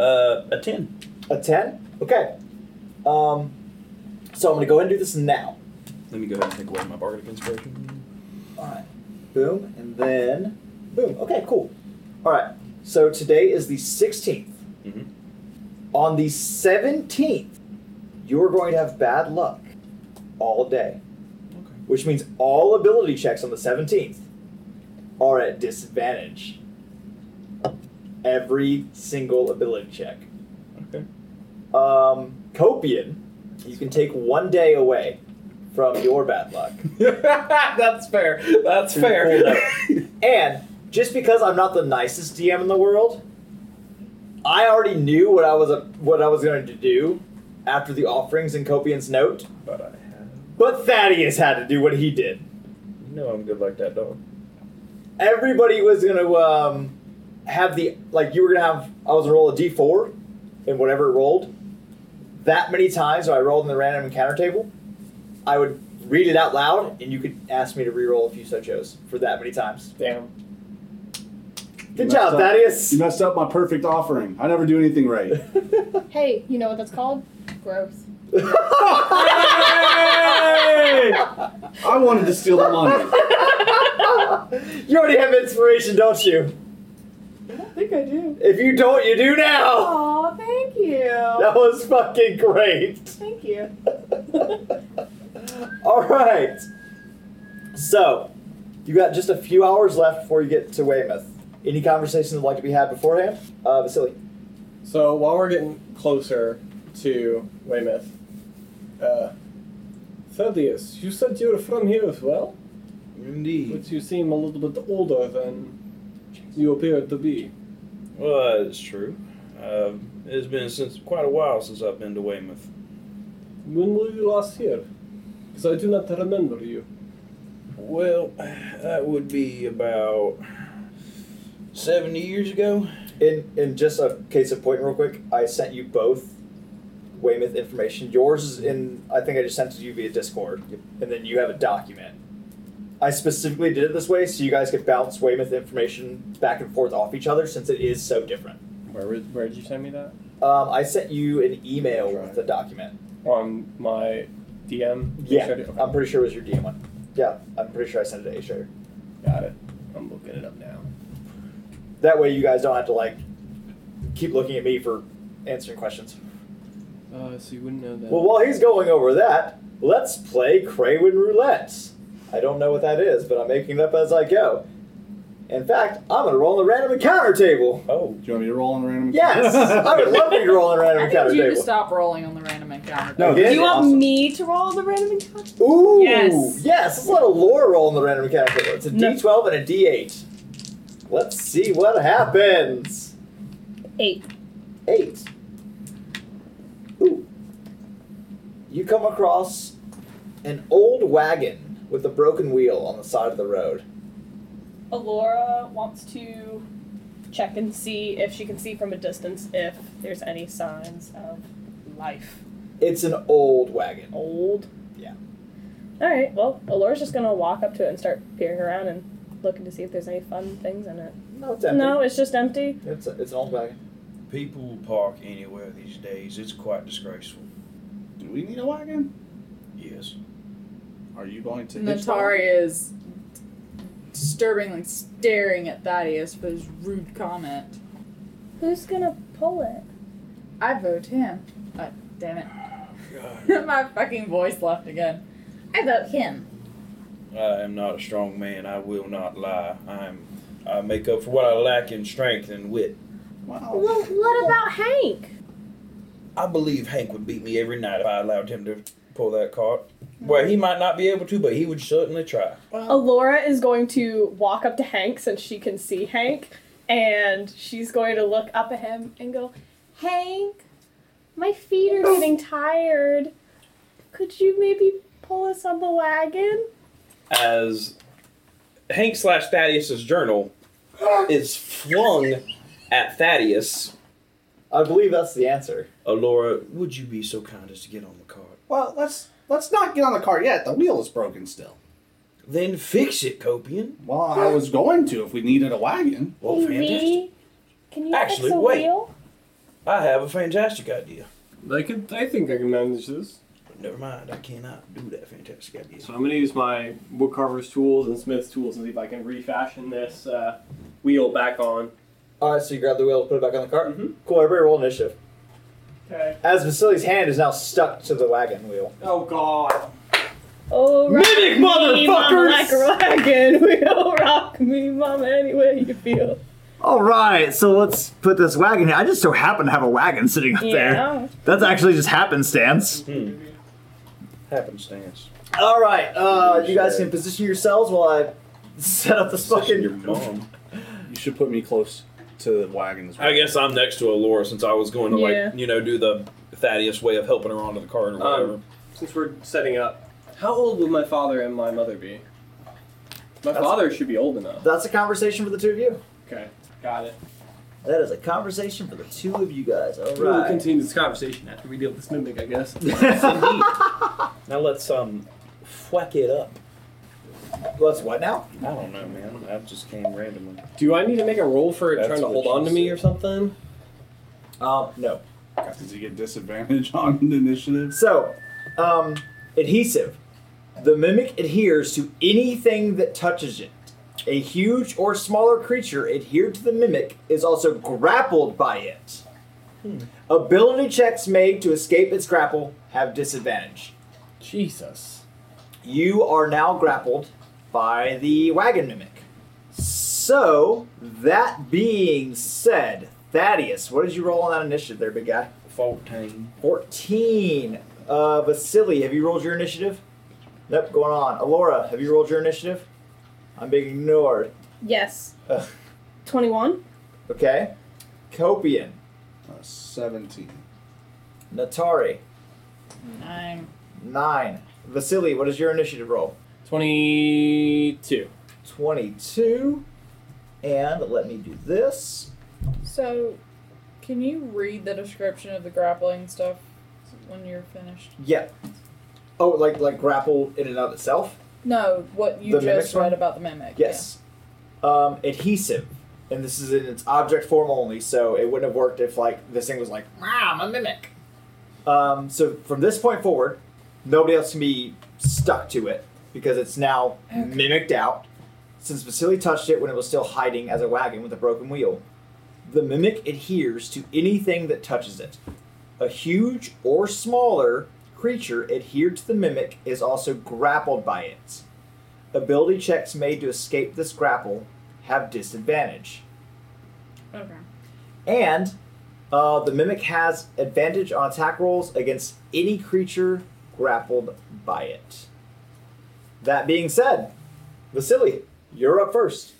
S9: Uh, a 10.
S2: A 10? Okay. Um, so I'm going to go ahead and do this now.
S9: Let me go ahead and take away my bardic inspiration.
S2: All right. Boom, and then boom. Okay, cool. All right. So today is the 16th.
S9: Mhm.
S2: On the 17th, you're going to have bad luck all day.
S9: Okay.
S2: Which means all ability checks on the 17th are at disadvantage. Every single ability check.
S9: Okay.
S2: Um, Copian, you can take one day away from your bad luck.
S9: *laughs* That's fair. That's
S2: Pretty cool, And just because I'm not the nicest DM in the world, I already knew what I was what I was going to do after the offerings and Copian's note.
S9: *laughs* but I have.
S2: But Thaddeus had to do what he did.
S9: You know I'm good like that, dog.
S2: Everybody was going to um, have the like you were going to have I was going to roll a d4 and whatever it rolled that many times. I rolled in the random encounter table. I would read it out loud, and you could ask me to re-roll if you so chose for that many times.
S6: Damn.
S2: Good
S5: messed
S2: job,
S5: up.
S2: Thaddeus.
S5: You messed up my perfect offering. I never do anything right.
S7: Hey, you know what that's called?
S8: Growth.
S5: I wanted to steal the money.
S2: you already have inspiration, don't you?
S8: I don't think I do.
S2: If you don't, you do now.
S8: Aw, thank you.
S2: That was fucking great.
S8: Thank you.
S2: *laughs* All right. So, you got just a few hours left before you get to Weymouth. Any conversations that'd like to be had beforehand? Uh, Vasily.
S6: So while we're getting closer to Weymouth, uh, Thaddeus, you said you're from here as well,
S9: Indeed.
S6: but you seem a little bit older than you appear to be.
S9: Well, it's true. Uh, it's been since quite a while since I've been to Weymouth.
S6: When were you last here? Because I do not remember you.
S9: Well, that would be about seventy years ago.
S2: In in just a case of point, real quick, I sent you both Weymouth information. Yours is in. I think I just sent it to you via Discord, and then you have a document I specifically did it this way so you guys could bounce Weymouth information back and forth off each other since it is so different.
S6: Where, was- where did you send me that?
S2: Um, I sent you an email
S5: Right.
S2: with the document.
S6: On my DM?
S2: Yeah,
S6: Okay.
S2: I'm pretty sure it was your DM one. Yeah, I'm pretty sure I sent it to Asher.
S6: Got it. I'm looking it up now.
S2: That way you guys don't have to like keep looking at me for answering questions.
S6: Uh, so you wouldn't know that.
S2: Well, while he's going over that, let's play Craven Roulette. I don't know what that is, but I'm making it up as I go. In fact, I'm gonna roll on the random encounter table.
S9: Oh,
S5: Do you want me to roll on a random?
S2: Yes, I would love for you to roll on the
S8: *laughs*
S2: random
S8: I
S2: encounter
S8: need you to
S2: table.
S8: stop rolling on the random encounter.
S2: No,
S7: Do
S2: this
S7: you
S2: is
S7: want
S2: awesome.
S7: me to roll the random encounter?
S2: Ooh,
S8: Yes.
S2: yes. Let's let a lore roll in the random encounter table. It's a
S7: No.
S2: 12 and a D8. Let's see what happens.
S7: Eight.
S2: Eight. Ooh. You come across an old wagon with a broken wheel on the side of the road.
S7: Alora wants to check and see if she can see from a distance if there's any signs of life.
S2: It's an old wagon.
S7: Old.
S2: Yeah.
S7: All right. Well, Alora's just gonna walk up to it and start peering around and looking to see if there's any fun things in it.
S2: No, it's empty.
S7: No, it's just empty.
S2: It's, a, it's an old wagon.
S9: people park anywhere these days. It's quite disgraceful.
S5: Do we need a wagon?
S9: Yes.
S5: Are you going to? hitch
S8: Natari is disturbingly staring at Thaddeus for his rude comment.
S7: Who's gonna pull it?
S8: I vote him. Uh, damn
S9: God,
S8: it. *laughs* My fucking voice left again. I vote him.
S9: I am not a strong man. I will not lie. I'm. I make up for what I lack in strength and wit.
S5: the- Wow.
S7: Well, what about Hank?
S9: I believe Hank would beat me every night if I allowed him to pull that cart. Well, he might not be able to, but he would certainly try.
S7: Alora is going to walk up to Hank since she can see Hank, and she's going to look up at him and go, Hank, my feet are getting tired. Could you maybe pull us on the wagon?
S9: as Hank slash Thaddeus's journal is flung at Thaddeus.
S2: I believe that's the answer.
S9: Alora, would you be so kind as to get on the cart?
S5: Well, let's let's not get on the car yet. The wheel is broken still.
S9: Then fix it, Copian.
S5: Well, I was going to if we needed a wagon.
S9: Well, Oh,
S7: Hey,
S9: fantastic.
S7: Reedy, can you
S9: Actually,
S7: fix a
S9: wait.
S7: wheel?
S9: I have a fantastic idea.
S6: I, could, I think I can manage this.
S9: Never mind, I cannot do that fantastic idea.
S6: So I'm going to use my woodcarver's tools and smith's tools and see if I can refashion this uh, wheel back on.
S2: Alright, so you grab the wheel, put it back on the cart.
S6: Mhm.
S2: Cool, everybody roll initiative.
S6: Okay.
S2: As Vasily's hand is now stuck to the wagon wheel.
S6: Oh, God.
S7: Oh, rock
S6: Mimic
S7: me,
S6: motherfuckers!
S7: mama, like a wagon. *laughs* We'll rock me, mama, any way
S6: *laughs*
S7: you feel.
S2: All right, so let's put this wagon here. I just so happen to have a wagon sitting up there.
S7: Yeah.
S2: That's actually just happenstance.
S9: Happenstance.
S2: All right, uh, you guys can position yourselves while I set up this
S9: Your
S2: fucking.
S9: mom.
S5: You should put me close to the wagon as well.
S9: I guess I'm next to Alora since I was going to
S7: Yeah.
S9: like you know do the Thaddeus way of helping her onto the cart or whatever.
S6: Um, since we're setting up, how old will my father and my mother be? My
S2: That's-
S6: father should be old enough.
S2: That's a conversation for the two of you.
S6: Okay. Got it.
S2: That is a conversation for the two of you guys. All
S6: We'll
S2: right.
S6: continue this conversation after we deal with this mimic, I guess.
S9: now let's um fwack it up.
S2: Let's what now?
S9: I don't know, man. I just came randomly.
S6: *laughs* Do I need to make a roll for it
S9: That's
S6: trying to
S9: what
S6: hold
S9: she
S6: on to me
S9: said.
S6: or something?
S2: Um, no.
S5: Does he get disadvantage *laughs* on the initiative?
S2: So, um, adhesive. The mimic adheres to anything that touches it. A huge or smaller creature adhered to the mimic is also grappled by it. Ability checks made to escape its grapple have disadvantage.
S6: Jesus.
S2: You are now grappled by the wagon mimic. So, that being said, Thaddeus, what did you roll on that initiative there, big guy?
S9: Fourteen.
S2: 14. Uh, Vasily, have you rolled your initiative? Nope, going on. Alora, have you rolled your initiative? I'm being ignored. *laughs*
S7: Yes.
S2: Ugh.
S7: 21.
S2: Okay. Copian,
S5: Uh, Seventeen.
S2: Natari,
S8: I'm
S2: 9. Vasily, what is your initiative roll?
S6: 22.
S2: 22. And let me do this.
S8: So, can you read the description of the grappling stuff when you're finished?
S2: Yeah. Oh, like like grapple in and of itself?
S8: No, what you
S2: The
S8: just
S2: mimic's one?
S8: read about the mimic.
S2: Yes. Um, adhesive. And this is in its object form only, so it wouldn't have worked if like this thing was like, ah, I'm a mimic. Um, so from this point forward, nobody else can be stuck to it because it's now
S8: Okay.
S2: mimicked out. Since Vasily touched it when it was still hiding as a wagon with a broken wheel, the mimic adheres to anything that touches it. A huge or smaller creature adhered to the mimic is also grappled by it. Ability checks made to escape this grapple have disadvantage.
S8: Yeah. Okay.
S2: And uh, the mimic has advantage on attack rolls against any creature grappled by it. That being said, Vasily, you're up first.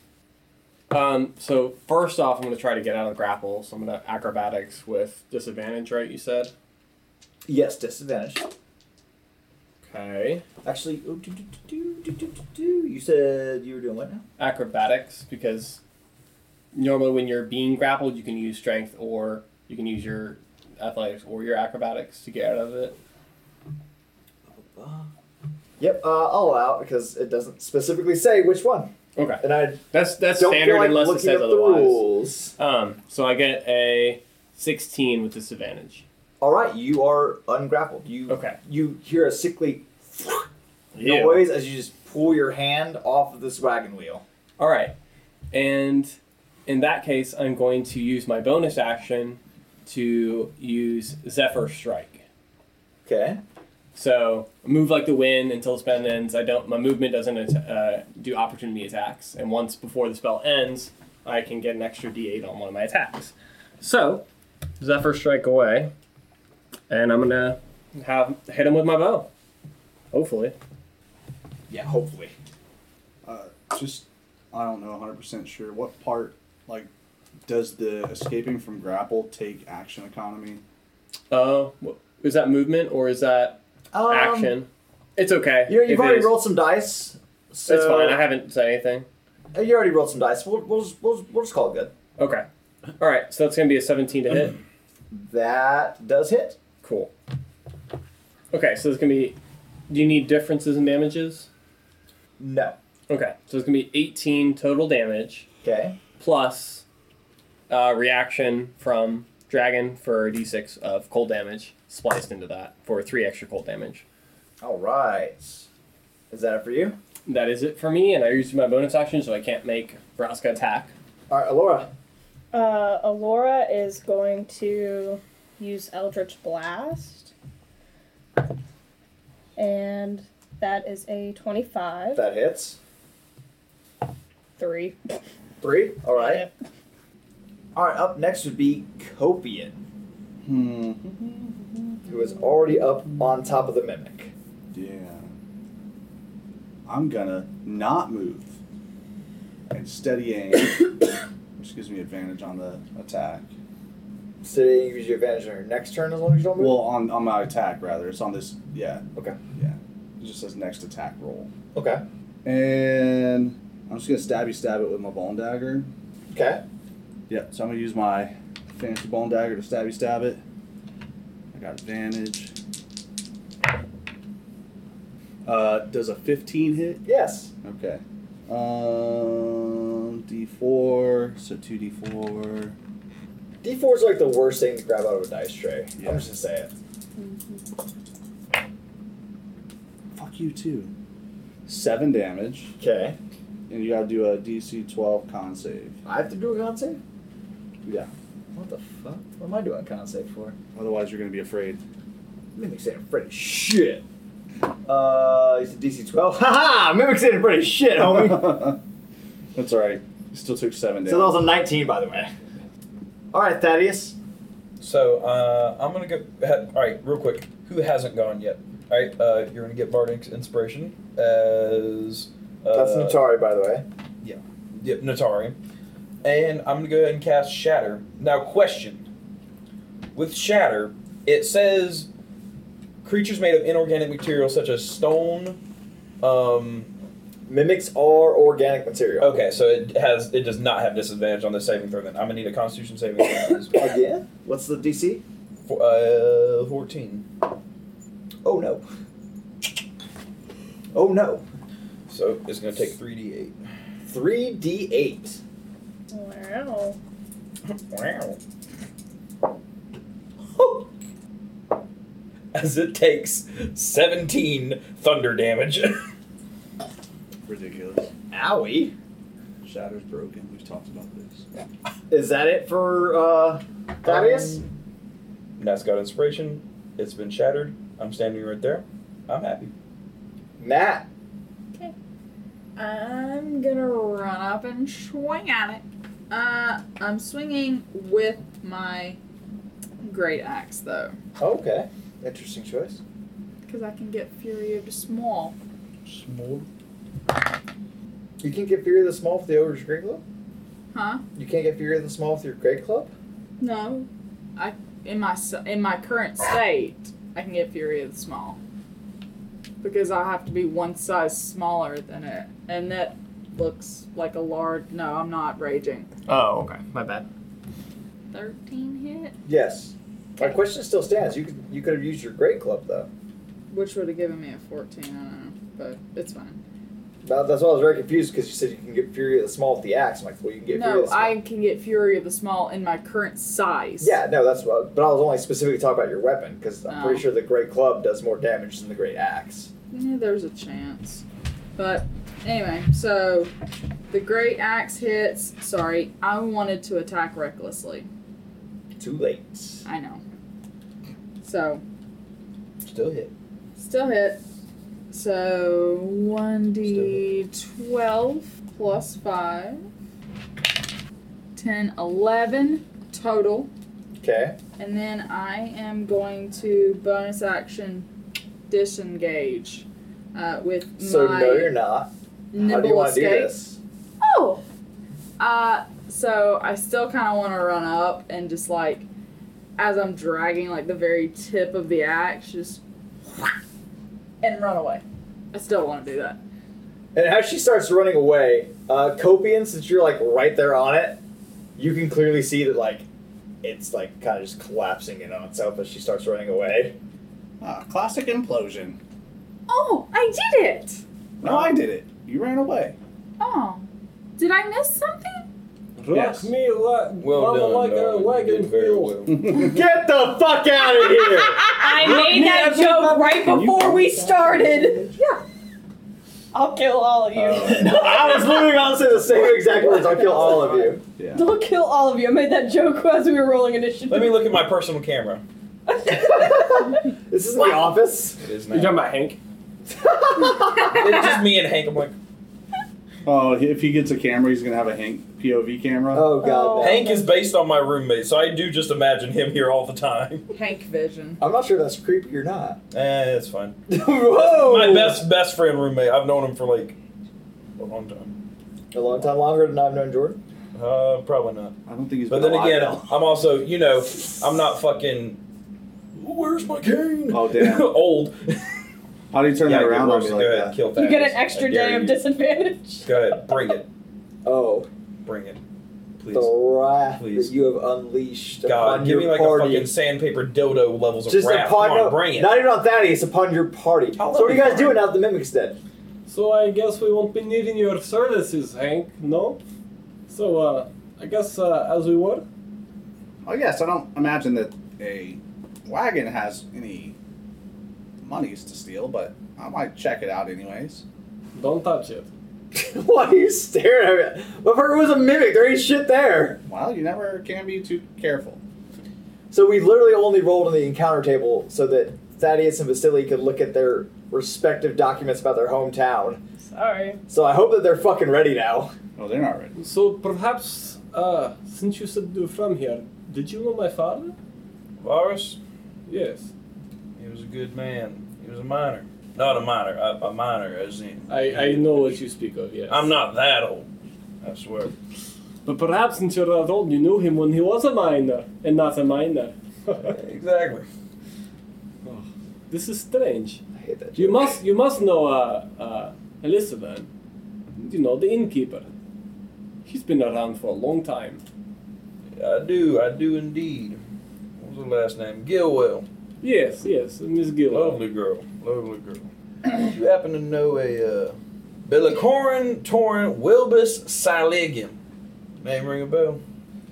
S6: Um, so first off, I'm gonna try to get out of the grapple. So I'm gonna acrobatics with disadvantage, right? You said.
S2: Yes, disadvantage.
S6: Okay.
S2: Actually, oh, do, do, do, do, do, do, do. you said you were doing what now?
S6: Acrobatics because normally when you're being grappled, you can use strength or you can use your athletics or your acrobatics to get out of it.
S2: Yep, uh, I'll allow it because it doesn't specifically say which one.
S6: Okay.
S2: And I
S6: That's that's
S2: don't
S6: standard
S2: feel like
S6: unless
S2: looking
S6: it says
S2: up
S6: otherwise.
S2: the rules.
S6: Um, so I get a 16 with disadvantage.
S2: All right, you are ungrappled. You
S6: Okay.
S2: you hear a sickly noise as you just pull your hand off of this wagon wheel.
S6: All right. And in that case, I'm going to use my bonus action to use Zephyr Strike.
S2: Okay.
S6: So move like the wind until the spell ends. I don't. My movement doesn't at- uh, do opportunity attacks, and once before the spell ends, I can get an extra D8 on one of my attacks. So Zephyr Strike away, and I'm gonna have hit him with my bow. Hopefully,
S2: Yeah, hopefully.
S5: Uh, just, I don't know, 100% sure. What part, like, does the escaping from grapple take action economy?
S6: uh, wh- is that movement or is that
S2: Um,
S6: action? It's okay.
S2: You, you've
S6: if it
S2: already
S6: is.
S2: rolled some dice. So
S6: That's fine. I haven't said anything.
S2: Uh, You already rolled some dice. We'll, we'll, just, we'll, just- we'll just call it good.
S6: Okay. All right. So that's gonna be a 17 to hit.
S2: That does hit.
S6: Cool. Okay. So it's gonna be. Do you need differences in damages?
S2: No.
S6: Okay. So it's gonna be 18 total damage
S2: Okay.
S6: plus uh, reaction from dragon for a d6 of cold damage spliced into that for three extra cold damage.
S2: All right. Is that it for you?
S6: That is it for me, and I used my bonus action, so I can't make Vraska attack.
S2: All right, Alora.
S7: Uh, Alora is going to use Eldritch Blast. And that is a 25.
S2: That hits.
S7: 3.
S2: Three. All right. All right. Up next would be Copian,
S5: Hmm.
S2: who is already up on top of the mimic.
S5: Yeah. I'm gonna not move and steady aim, *coughs* which gives me advantage on the attack.
S2: So you use your advantage on your next turn as long as you don't move.
S5: Well, on, on my attack rather. It's on this. Yeah.
S2: Okay.
S5: Yeah. It just says next attack roll.
S2: okay.
S5: And I'm just gonna stabby stab it with my bone dagger.
S2: Okay.
S5: Yeah. So I'm gonna use my fancy bone dagger to stabby stab it. I got advantage. Uh, does a 15 hit?
S2: Yes.
S5: Okay. Um, D4, so 2D4.
S2: D4 is like the worst thing to grab out of a dice tray.
S5: Yeah.
S2: I'm just gonna say it.
S5: Fuck you, too. 7 damage,
S2: Okay.
S5: and you gotta do a DC 12 con save.
S2: I have to do a con save.
S5: Yeah.
S2: What the fuck? What am I doing a con save for?
S5: Otherwise, you're gonna be afraid.
S2: Mimics ain't afraid of shit. Uh, it's a DC 12. *laughs* Haha! Mimics ain't afraid of shit, homie.
S5: *laughs* That's alright. You still took 7 damage.
S2: so that was a 19, by the way. All right, Thaddeus.
S9: So uh, I'm gonna go. Ha, all right, real quick. Who hasn't gone yet? All right, uh, you're gonna get bardic inspiration as uh,
S2: That's Natari, by the way.
S9: Yep, Natari. And I'm gonna go ahead and cast Shatter. Now, question: With Shatter, it says creatures made of inorganic materials such as stone. Um,
S2: Mimics are organic material.
S5: oh.
S9: okay, so it has it does not have disadvantage on the saving throw. Then I'm gonna need a Constitution saving throw.
S2: Again? What's the DC?
S9: For, uh, Fourteen.
S2: Oh no. Oh no.
S9: So it's going to take 3d8.
S2: 3d8.
S7: Wow.
S9: Wow. As it takes 17 thunder damage. *laughs*
S5: Ridiculous.
S2: Owie.
S5: Shatter's broken. We've talked about this.
S2: Is that it for uh, Thaddeus?
S9: Um, That's got inspiration. It's been shattered. I'm standing right there. I'm happy.
S2: Matt.
S8: I'm gonna run up and swing at it. Uh, I'm swinging with my great axe though,
S2: Oh, Okay. Interesting choice.
S8: because I can get Fury of the Small.
S5: Small.
S2: You can get Fury of the Small with the Ogre's Great Club?
S8: Huh?
S2: You can't get Fury of the Small with your Great Club?
S8: No, I in my s- in my current state, I can get Fury of the Small because I have to be one size smaller than it, and that looks like a large. No, I'm not raging.
S6: Oh, okay. My bad.
S8: Thirteen hit,
S2: Yes. My question still stands. You could you could have used your Great Club though.
S8: which would have given me a fourteen. I don't know, but it's fine.
S2: That- That's why I was very confused because you said you can get Fury of the Small with the axe. I'm like, well, you can get Fury
S8: No,
S2: of the Small.
S8: I can get Fury of the Small in my current size.
S2: Yeah, no, that's what. But I was only specifically talking about your weapon because I'm
S8: Oh.
S2: pretty sure the Great Club does more damage than the Great Axe.
S8: Yeah, there's a chance. But anyway, so the Great Axe hits. Sorry, I wanted to attack recklessly.
S2: Too late.
S8: I know. So,
S9: Still hit.
S8: still hit. So, 1d12 plus 5. 10, 11 total.
S2: Okay.
S8: And then I am going to bonus action disengage uh, with
S2: So
S8: my
S2: no, you're not. How do you
S8: nimble
S2: want to do
S8: escape.
S2: this?
S8: Oh. Uh, so I still kind of want to run up and just like, as I'm dragging like the very tip of the axe, just and run away. I still want to do that.
S2: And as she starts running away, uh, Copian, since you're like right there on it, you can clearly see that like it's like kind of just collapsing in on itself as she starts running away.
S5: Ah, classic implosion.
S8: Oh, I did it!
S5: No, I did it. You ran away. *laughs*
S8: Oh, did I miss something?
S6: Rock
S5: Yes.
S6: me like
S9: Well
S6: mama
S9: done.
S6: like
S9: Noah.
S6: a
S9: You
S6: wagon
S9: did very
S6: wheel.
S9: well.
S2: Get the fuck out of *laughs* here!
S7: I made that joke
S4: *laughs*
S7: right before we started. Yeah. I'll kill all of you.
S6: Uh.
S2: I was literally gonna say the same exact words. I'll kill all of you.
S5: Yeah.
S7: Don't kill all of you. I made that joke *laughs* as we were rolling initiative.
S9: Let me look at my personal camera.
S7: *laughs*
S2: This is the office.
S9: It is
S6: You *laughs* talking
S9: now.
S6: about Hank?
S9: it's just me and Hank. I'm like,
S5: Oh, if he gets a camera, he's gonna have a Hank POV camera.
S2: *laughs* Oh god.
S7: Oh.
S2: man.
S9: Hank is based on my roommate, so I do just imagine him here all the time. *laughs*
S8: Hank Vision.
S2: I'm not sure that's creepy or not.
S9: Eh, it's fine.
S2: *laughs* Whoa!
S6: Oh.
S9: My best best friend roommate. I've known him for like a long time.
S2: A long time longer than I've known Jordan.
S9: Uh, probably not.
S5: I don't think he's.
S9: But then
S5: been alive
S9: again,
S5: that
S9: I'm also, you know, I'm not fucking. Where's my cane?
S5: Oh,
S9: *laughs*
S5: damn.
S9: Old.
S5: long. how do you turn
S9: Yeah,
S5: that around
S9: go
S5: on me like
S9: ahead,
S5: that?
S9: Kill
S7: You get
S9: Thaddeus.
S7: an extra
S9: I dare
S7: day of
S9: you. *laughs*
S7: disadvantage.
S9: Go ahead, bring it,
S2: Oh,
S9: bring it, please.
S2: the wrath
S9: Please.
S2: that you have unleashed
S9: God,
S2: upon
S9: give
S2: your
S9: me like
S2: party.
S9: a fucking sandpaper dildo levels of
S2: Just
S9: wrath.
S2: upon
S9: Come
S2: no,
S9: on, bring it.
S2: not even on Thaddeus, upon your party.
S9: I'll
S2: so what are you guys
S9: let you
S2: doing now that the mimic's dead? *laughs*
S6: So I guess we won't be needing your services, Hank. No. So uh, I guess uh, as we were.
S5: Oh yes, I don't imagine that a wagon has any monies to steal, but I might check it out anyways.
S6: Don't touch it.
S2: Why are you staring at me? But if it was a mimic, there ain't shit there.
S5: Well, you never can be too careful.
S2: So we literally only rolled on the encounter table so that Thaddeus and Vasily could look at their respective documents about their hometown.
S7: Sorry.
S2: So I hope that they're fucking ready now. *laughs*
S5: Oh, they're not ready.
S6: So perhaps, uh, since you said you're from here, did you know my father?
S9: Varus,
S6: Yes.
S9: he was a good man. He was a miner, not a miner, a, a miner as in.
S6: I, I know what you speak of, yes.
S9: I'm not that old. I swear.
S6: But perhaps since you're that old, you knew him when he was a minor and not a minor. *laughs*
S9: exactly.
S6: this is strange.
S2: I hate that.
S6: You must you must know uh, uh, Elizabeth, you know, the innkeeper. She's been around for a long time.
S9: I do. I do indeed. What was her last name? Gilwell.
S6: Yes, yes, Miss Gill.
S9: Oh, Lovely girl. Lovely girl. Do you happen to know a uh, Bilicorin Torin Wilbus Siligium. Name ring a bell?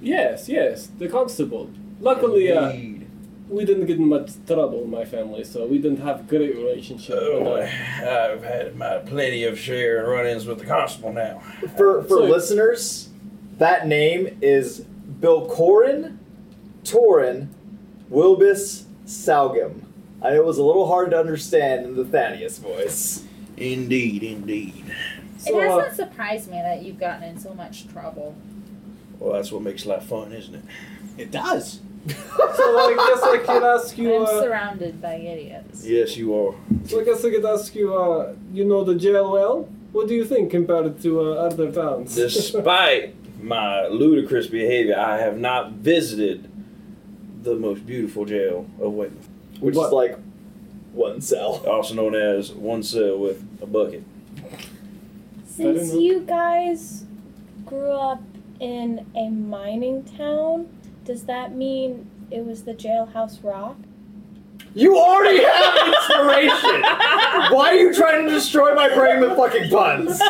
S6: Yes, yes, the constable. Luckily, uh,
S9: Indeed.
S6: we didn't get in much trouble, my family, so we didn't have great relationship.
S9: Oh,
S6: but, uh,
S9: I've had my plenty of share and run-ins with the constable now.
S2: For for
S6: So-
S2: listeners, that name is Bilcorin Torin Wilbus Salgum. I know it was a little hard to understand in the Thaddeus voice. *laughs*
S9: Indeed, indeed.
S6: so,
S4: it
S6: uh,
S4: hasn't surprised me that you've gotten in so much trouble.
S9: Well, that's what makes life fun, isn't it?
S5: It does.
S6: so I guess I
S4: *laughs*
S6: can ask you.
S4: I'm
S6: uh,
S4: surrounded by idiots.
S9: Yes, you
S6: *laughs*
S9: are.
S6: So I guess I could ask you, uh, you know the jail well? What do you think compared to uh, other towns?
S9: Despite my ludicrous behavior, I have not visited the most beautiful jail of Weymouth,
S2: Which is
S6: What?
S2: like one cell.
S9: also known as one cell with a bucket.
S7: Since
S6: enough.
S7: you guys grew up in a mining town, does that mean it was the jailhouse *laughs* rock?
S2: You already have inspiration! Why are you trying to destroy my brain with fucking puns?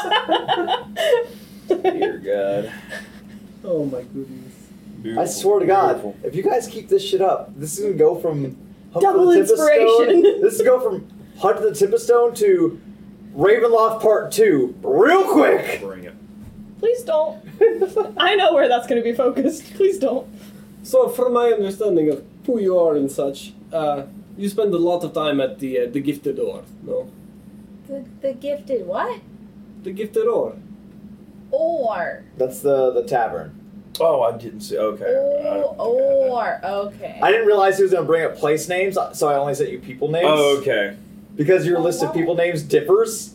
S9: Dear God.
S6: *laughs* oh my goodness.
S2: I
S9: Beautiful,
S2: swear to God,
S9: beautiful.
S2: if you guys keep this shit up, this is gonna go from Hunt
S7: Double
S2: to the Tip of
S7: inspiration.
S2: Stone, this is gonna go from Hunt to the Tip of Stone to Ravenloft Part Two, real quick.
S5: Bring it.
S7: Please don't. *laughs* I know where that's going to be focused. Please don't.
S6: So, from my understanding of who you are and such, uh, you spend a lot of time at the uh, the gifted or no?
S4: The, the gifted what?
S6: The gifted or
S4: Or.
S2: That's the the tavern.
S9: Oh, I didn't see. Okay. I-
S4: Oh, or. Okay.
S2: I didn't realize he was gonna bring up place names, so I only sent you people names
S9: Oh, okay.
S2: because your list of people names differs.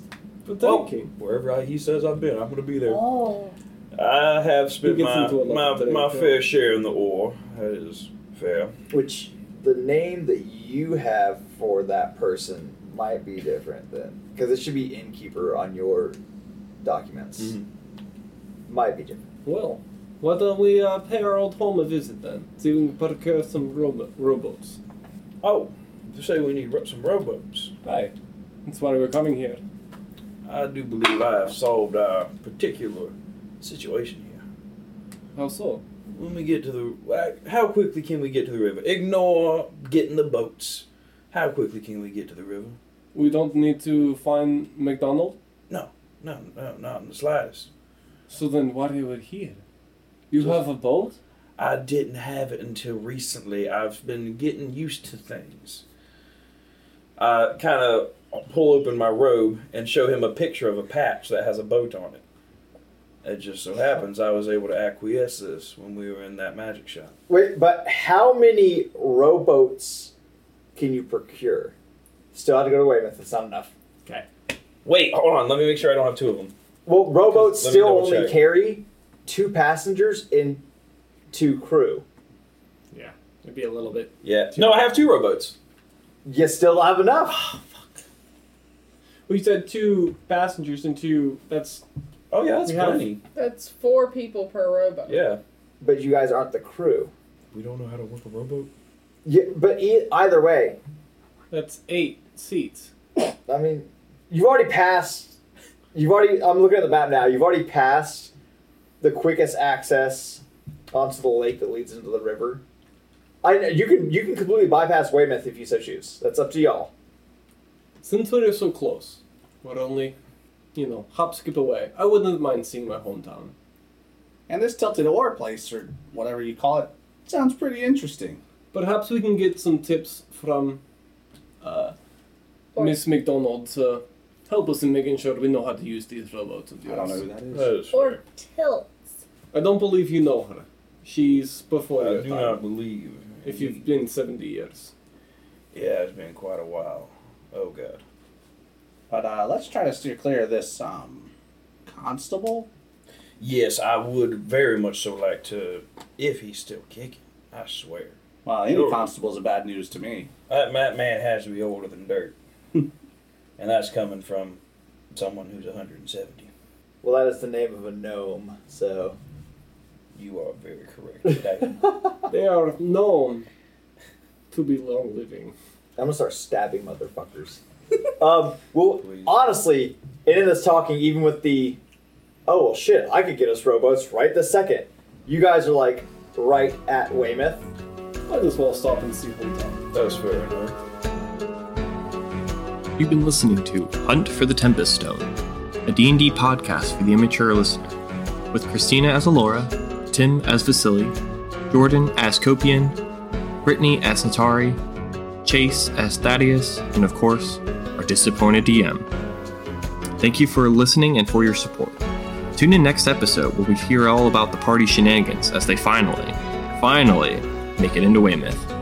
S6: but
S9: Well,
S6: thank you.
S9: wherever I, he says I've been, I'm going to be there.
S4: Oh.
S9: I have spent
S6: He gets
S9: my
S6: into a lot
S9: my,
S6: of today,
S9: my
S6: too.
S9: fair share in the ore. That is fair.
S2: Which the name that you have for that person might be different then, because it should be innkeeper on your documents.
S9: Mhm. Mm-hmm.
S2: Might be different.
S6: Well, why don't we uh, pay our old home a visit then? See if we can procure some robo- robots.
S9: Oh, to say we need ro- some robots.
S6: Right. That's why we're coming here.
S9: I do believe I have solved our particular situation here.
S6: How so?
S9: When we get to the, like, how quickly can we get to the river? Ignore getting the boats. How quickly can we get to the river?
S6: We don't need to find McDonald.
S9: No, no, not in the slightest.
S6: So then, why are we here? You
S9: Just-
S6: have a boat?
S9: I didn't have it until recently. I've been getting used to things. I kind of pull open my robe and show him a picture of a patch that has a boat on it. It just so happens I was able to acquiesce this when we were in that magic shop.
S2: Wait, but how many rowboats can you procure? Still have to go to Weymouth. That's not enough.
S9: Wait, hold on. Let me make sure I don't have two of them.
S2: Well, rowboats
S9: Let me
S2: still
S9: double
S2: only
S9: check.
S2: carry two passengers and two crew.
S6: It'd be a little bit.
S9: Yeah. No, I have two rowboats.
S2: You still have enough.
S6: We said two passengers and two. That's
S9: Oh yeah, that's
S6: We have-
S9: plenty.
S8: That's four people per rowboat.
S9: Yeah.
S2: But you guys aren't the crew.
S9: We don't know how to work a rowboat.
S2: Yeah, but e- either way,
S6: that's eight seats.
S2: I mean, you've already passed. You've already. I'm looking at the map now. You've already passed the quickest access onto the lake that leads into the river. I know you can you can completely bypass Weymouth if you so choose. That's up to y'all.
S6: Since we're so close, we're only, you know, hop skip away. I wouldn't mind seeing my hometown.
S5: And this tilted ore place or whatever you call it sounds pretty interesting.
S6: Perhaps we can get some tips from uh,
S4: Or-
S6: Miss McDonald to help us in making sure we know how to use these robots of yours.
S5: that
S4: Or tilts.
S6: I don't believe you know her. She's before
S9: I
S6: your
S9: do
S6: time.
S9: not believe.
S6: If you've been seventy years,
S9: Yeah, it's been quite a while. Oh god.
S5: But uh, let's try to steer clear of this um, constable.
S9: Yes, I would very much so like to, if he's still kicking. I swear.
S5: Well, any
S9: Sure.
S5: constable's a bad news to me.
S9: That, that man has to be older than dirt. and that's coming from someone who's 170.
S2: Well, that is the name of a gnome. So
S9: You are very correct. *laughs* today.
S6: they are known to be long living.
S2: I'm gonna start stabbing motherfuckers. um, well,
S9: Please.
S2: honestly, And in this talking, even with the, oh well, shit, I could get us rowboats right the second. You guys are like right at Weymouth.
S6: Might as well stop and see what we got.
S9: That's fair enough.
S1: You've been listening to Hunt for the Tempest Stone, a D&D podcast for the immature listener, with Christina as Alora, Tim as Vasily, Jordan as Copian, Brittany as Natari, Chase as Thaddeus, and of course, our disappointed DM. Thank you for listening and for your support. Tune in next episode where we hear all about the party shenanigans as they finally, finally make it into Weymouth.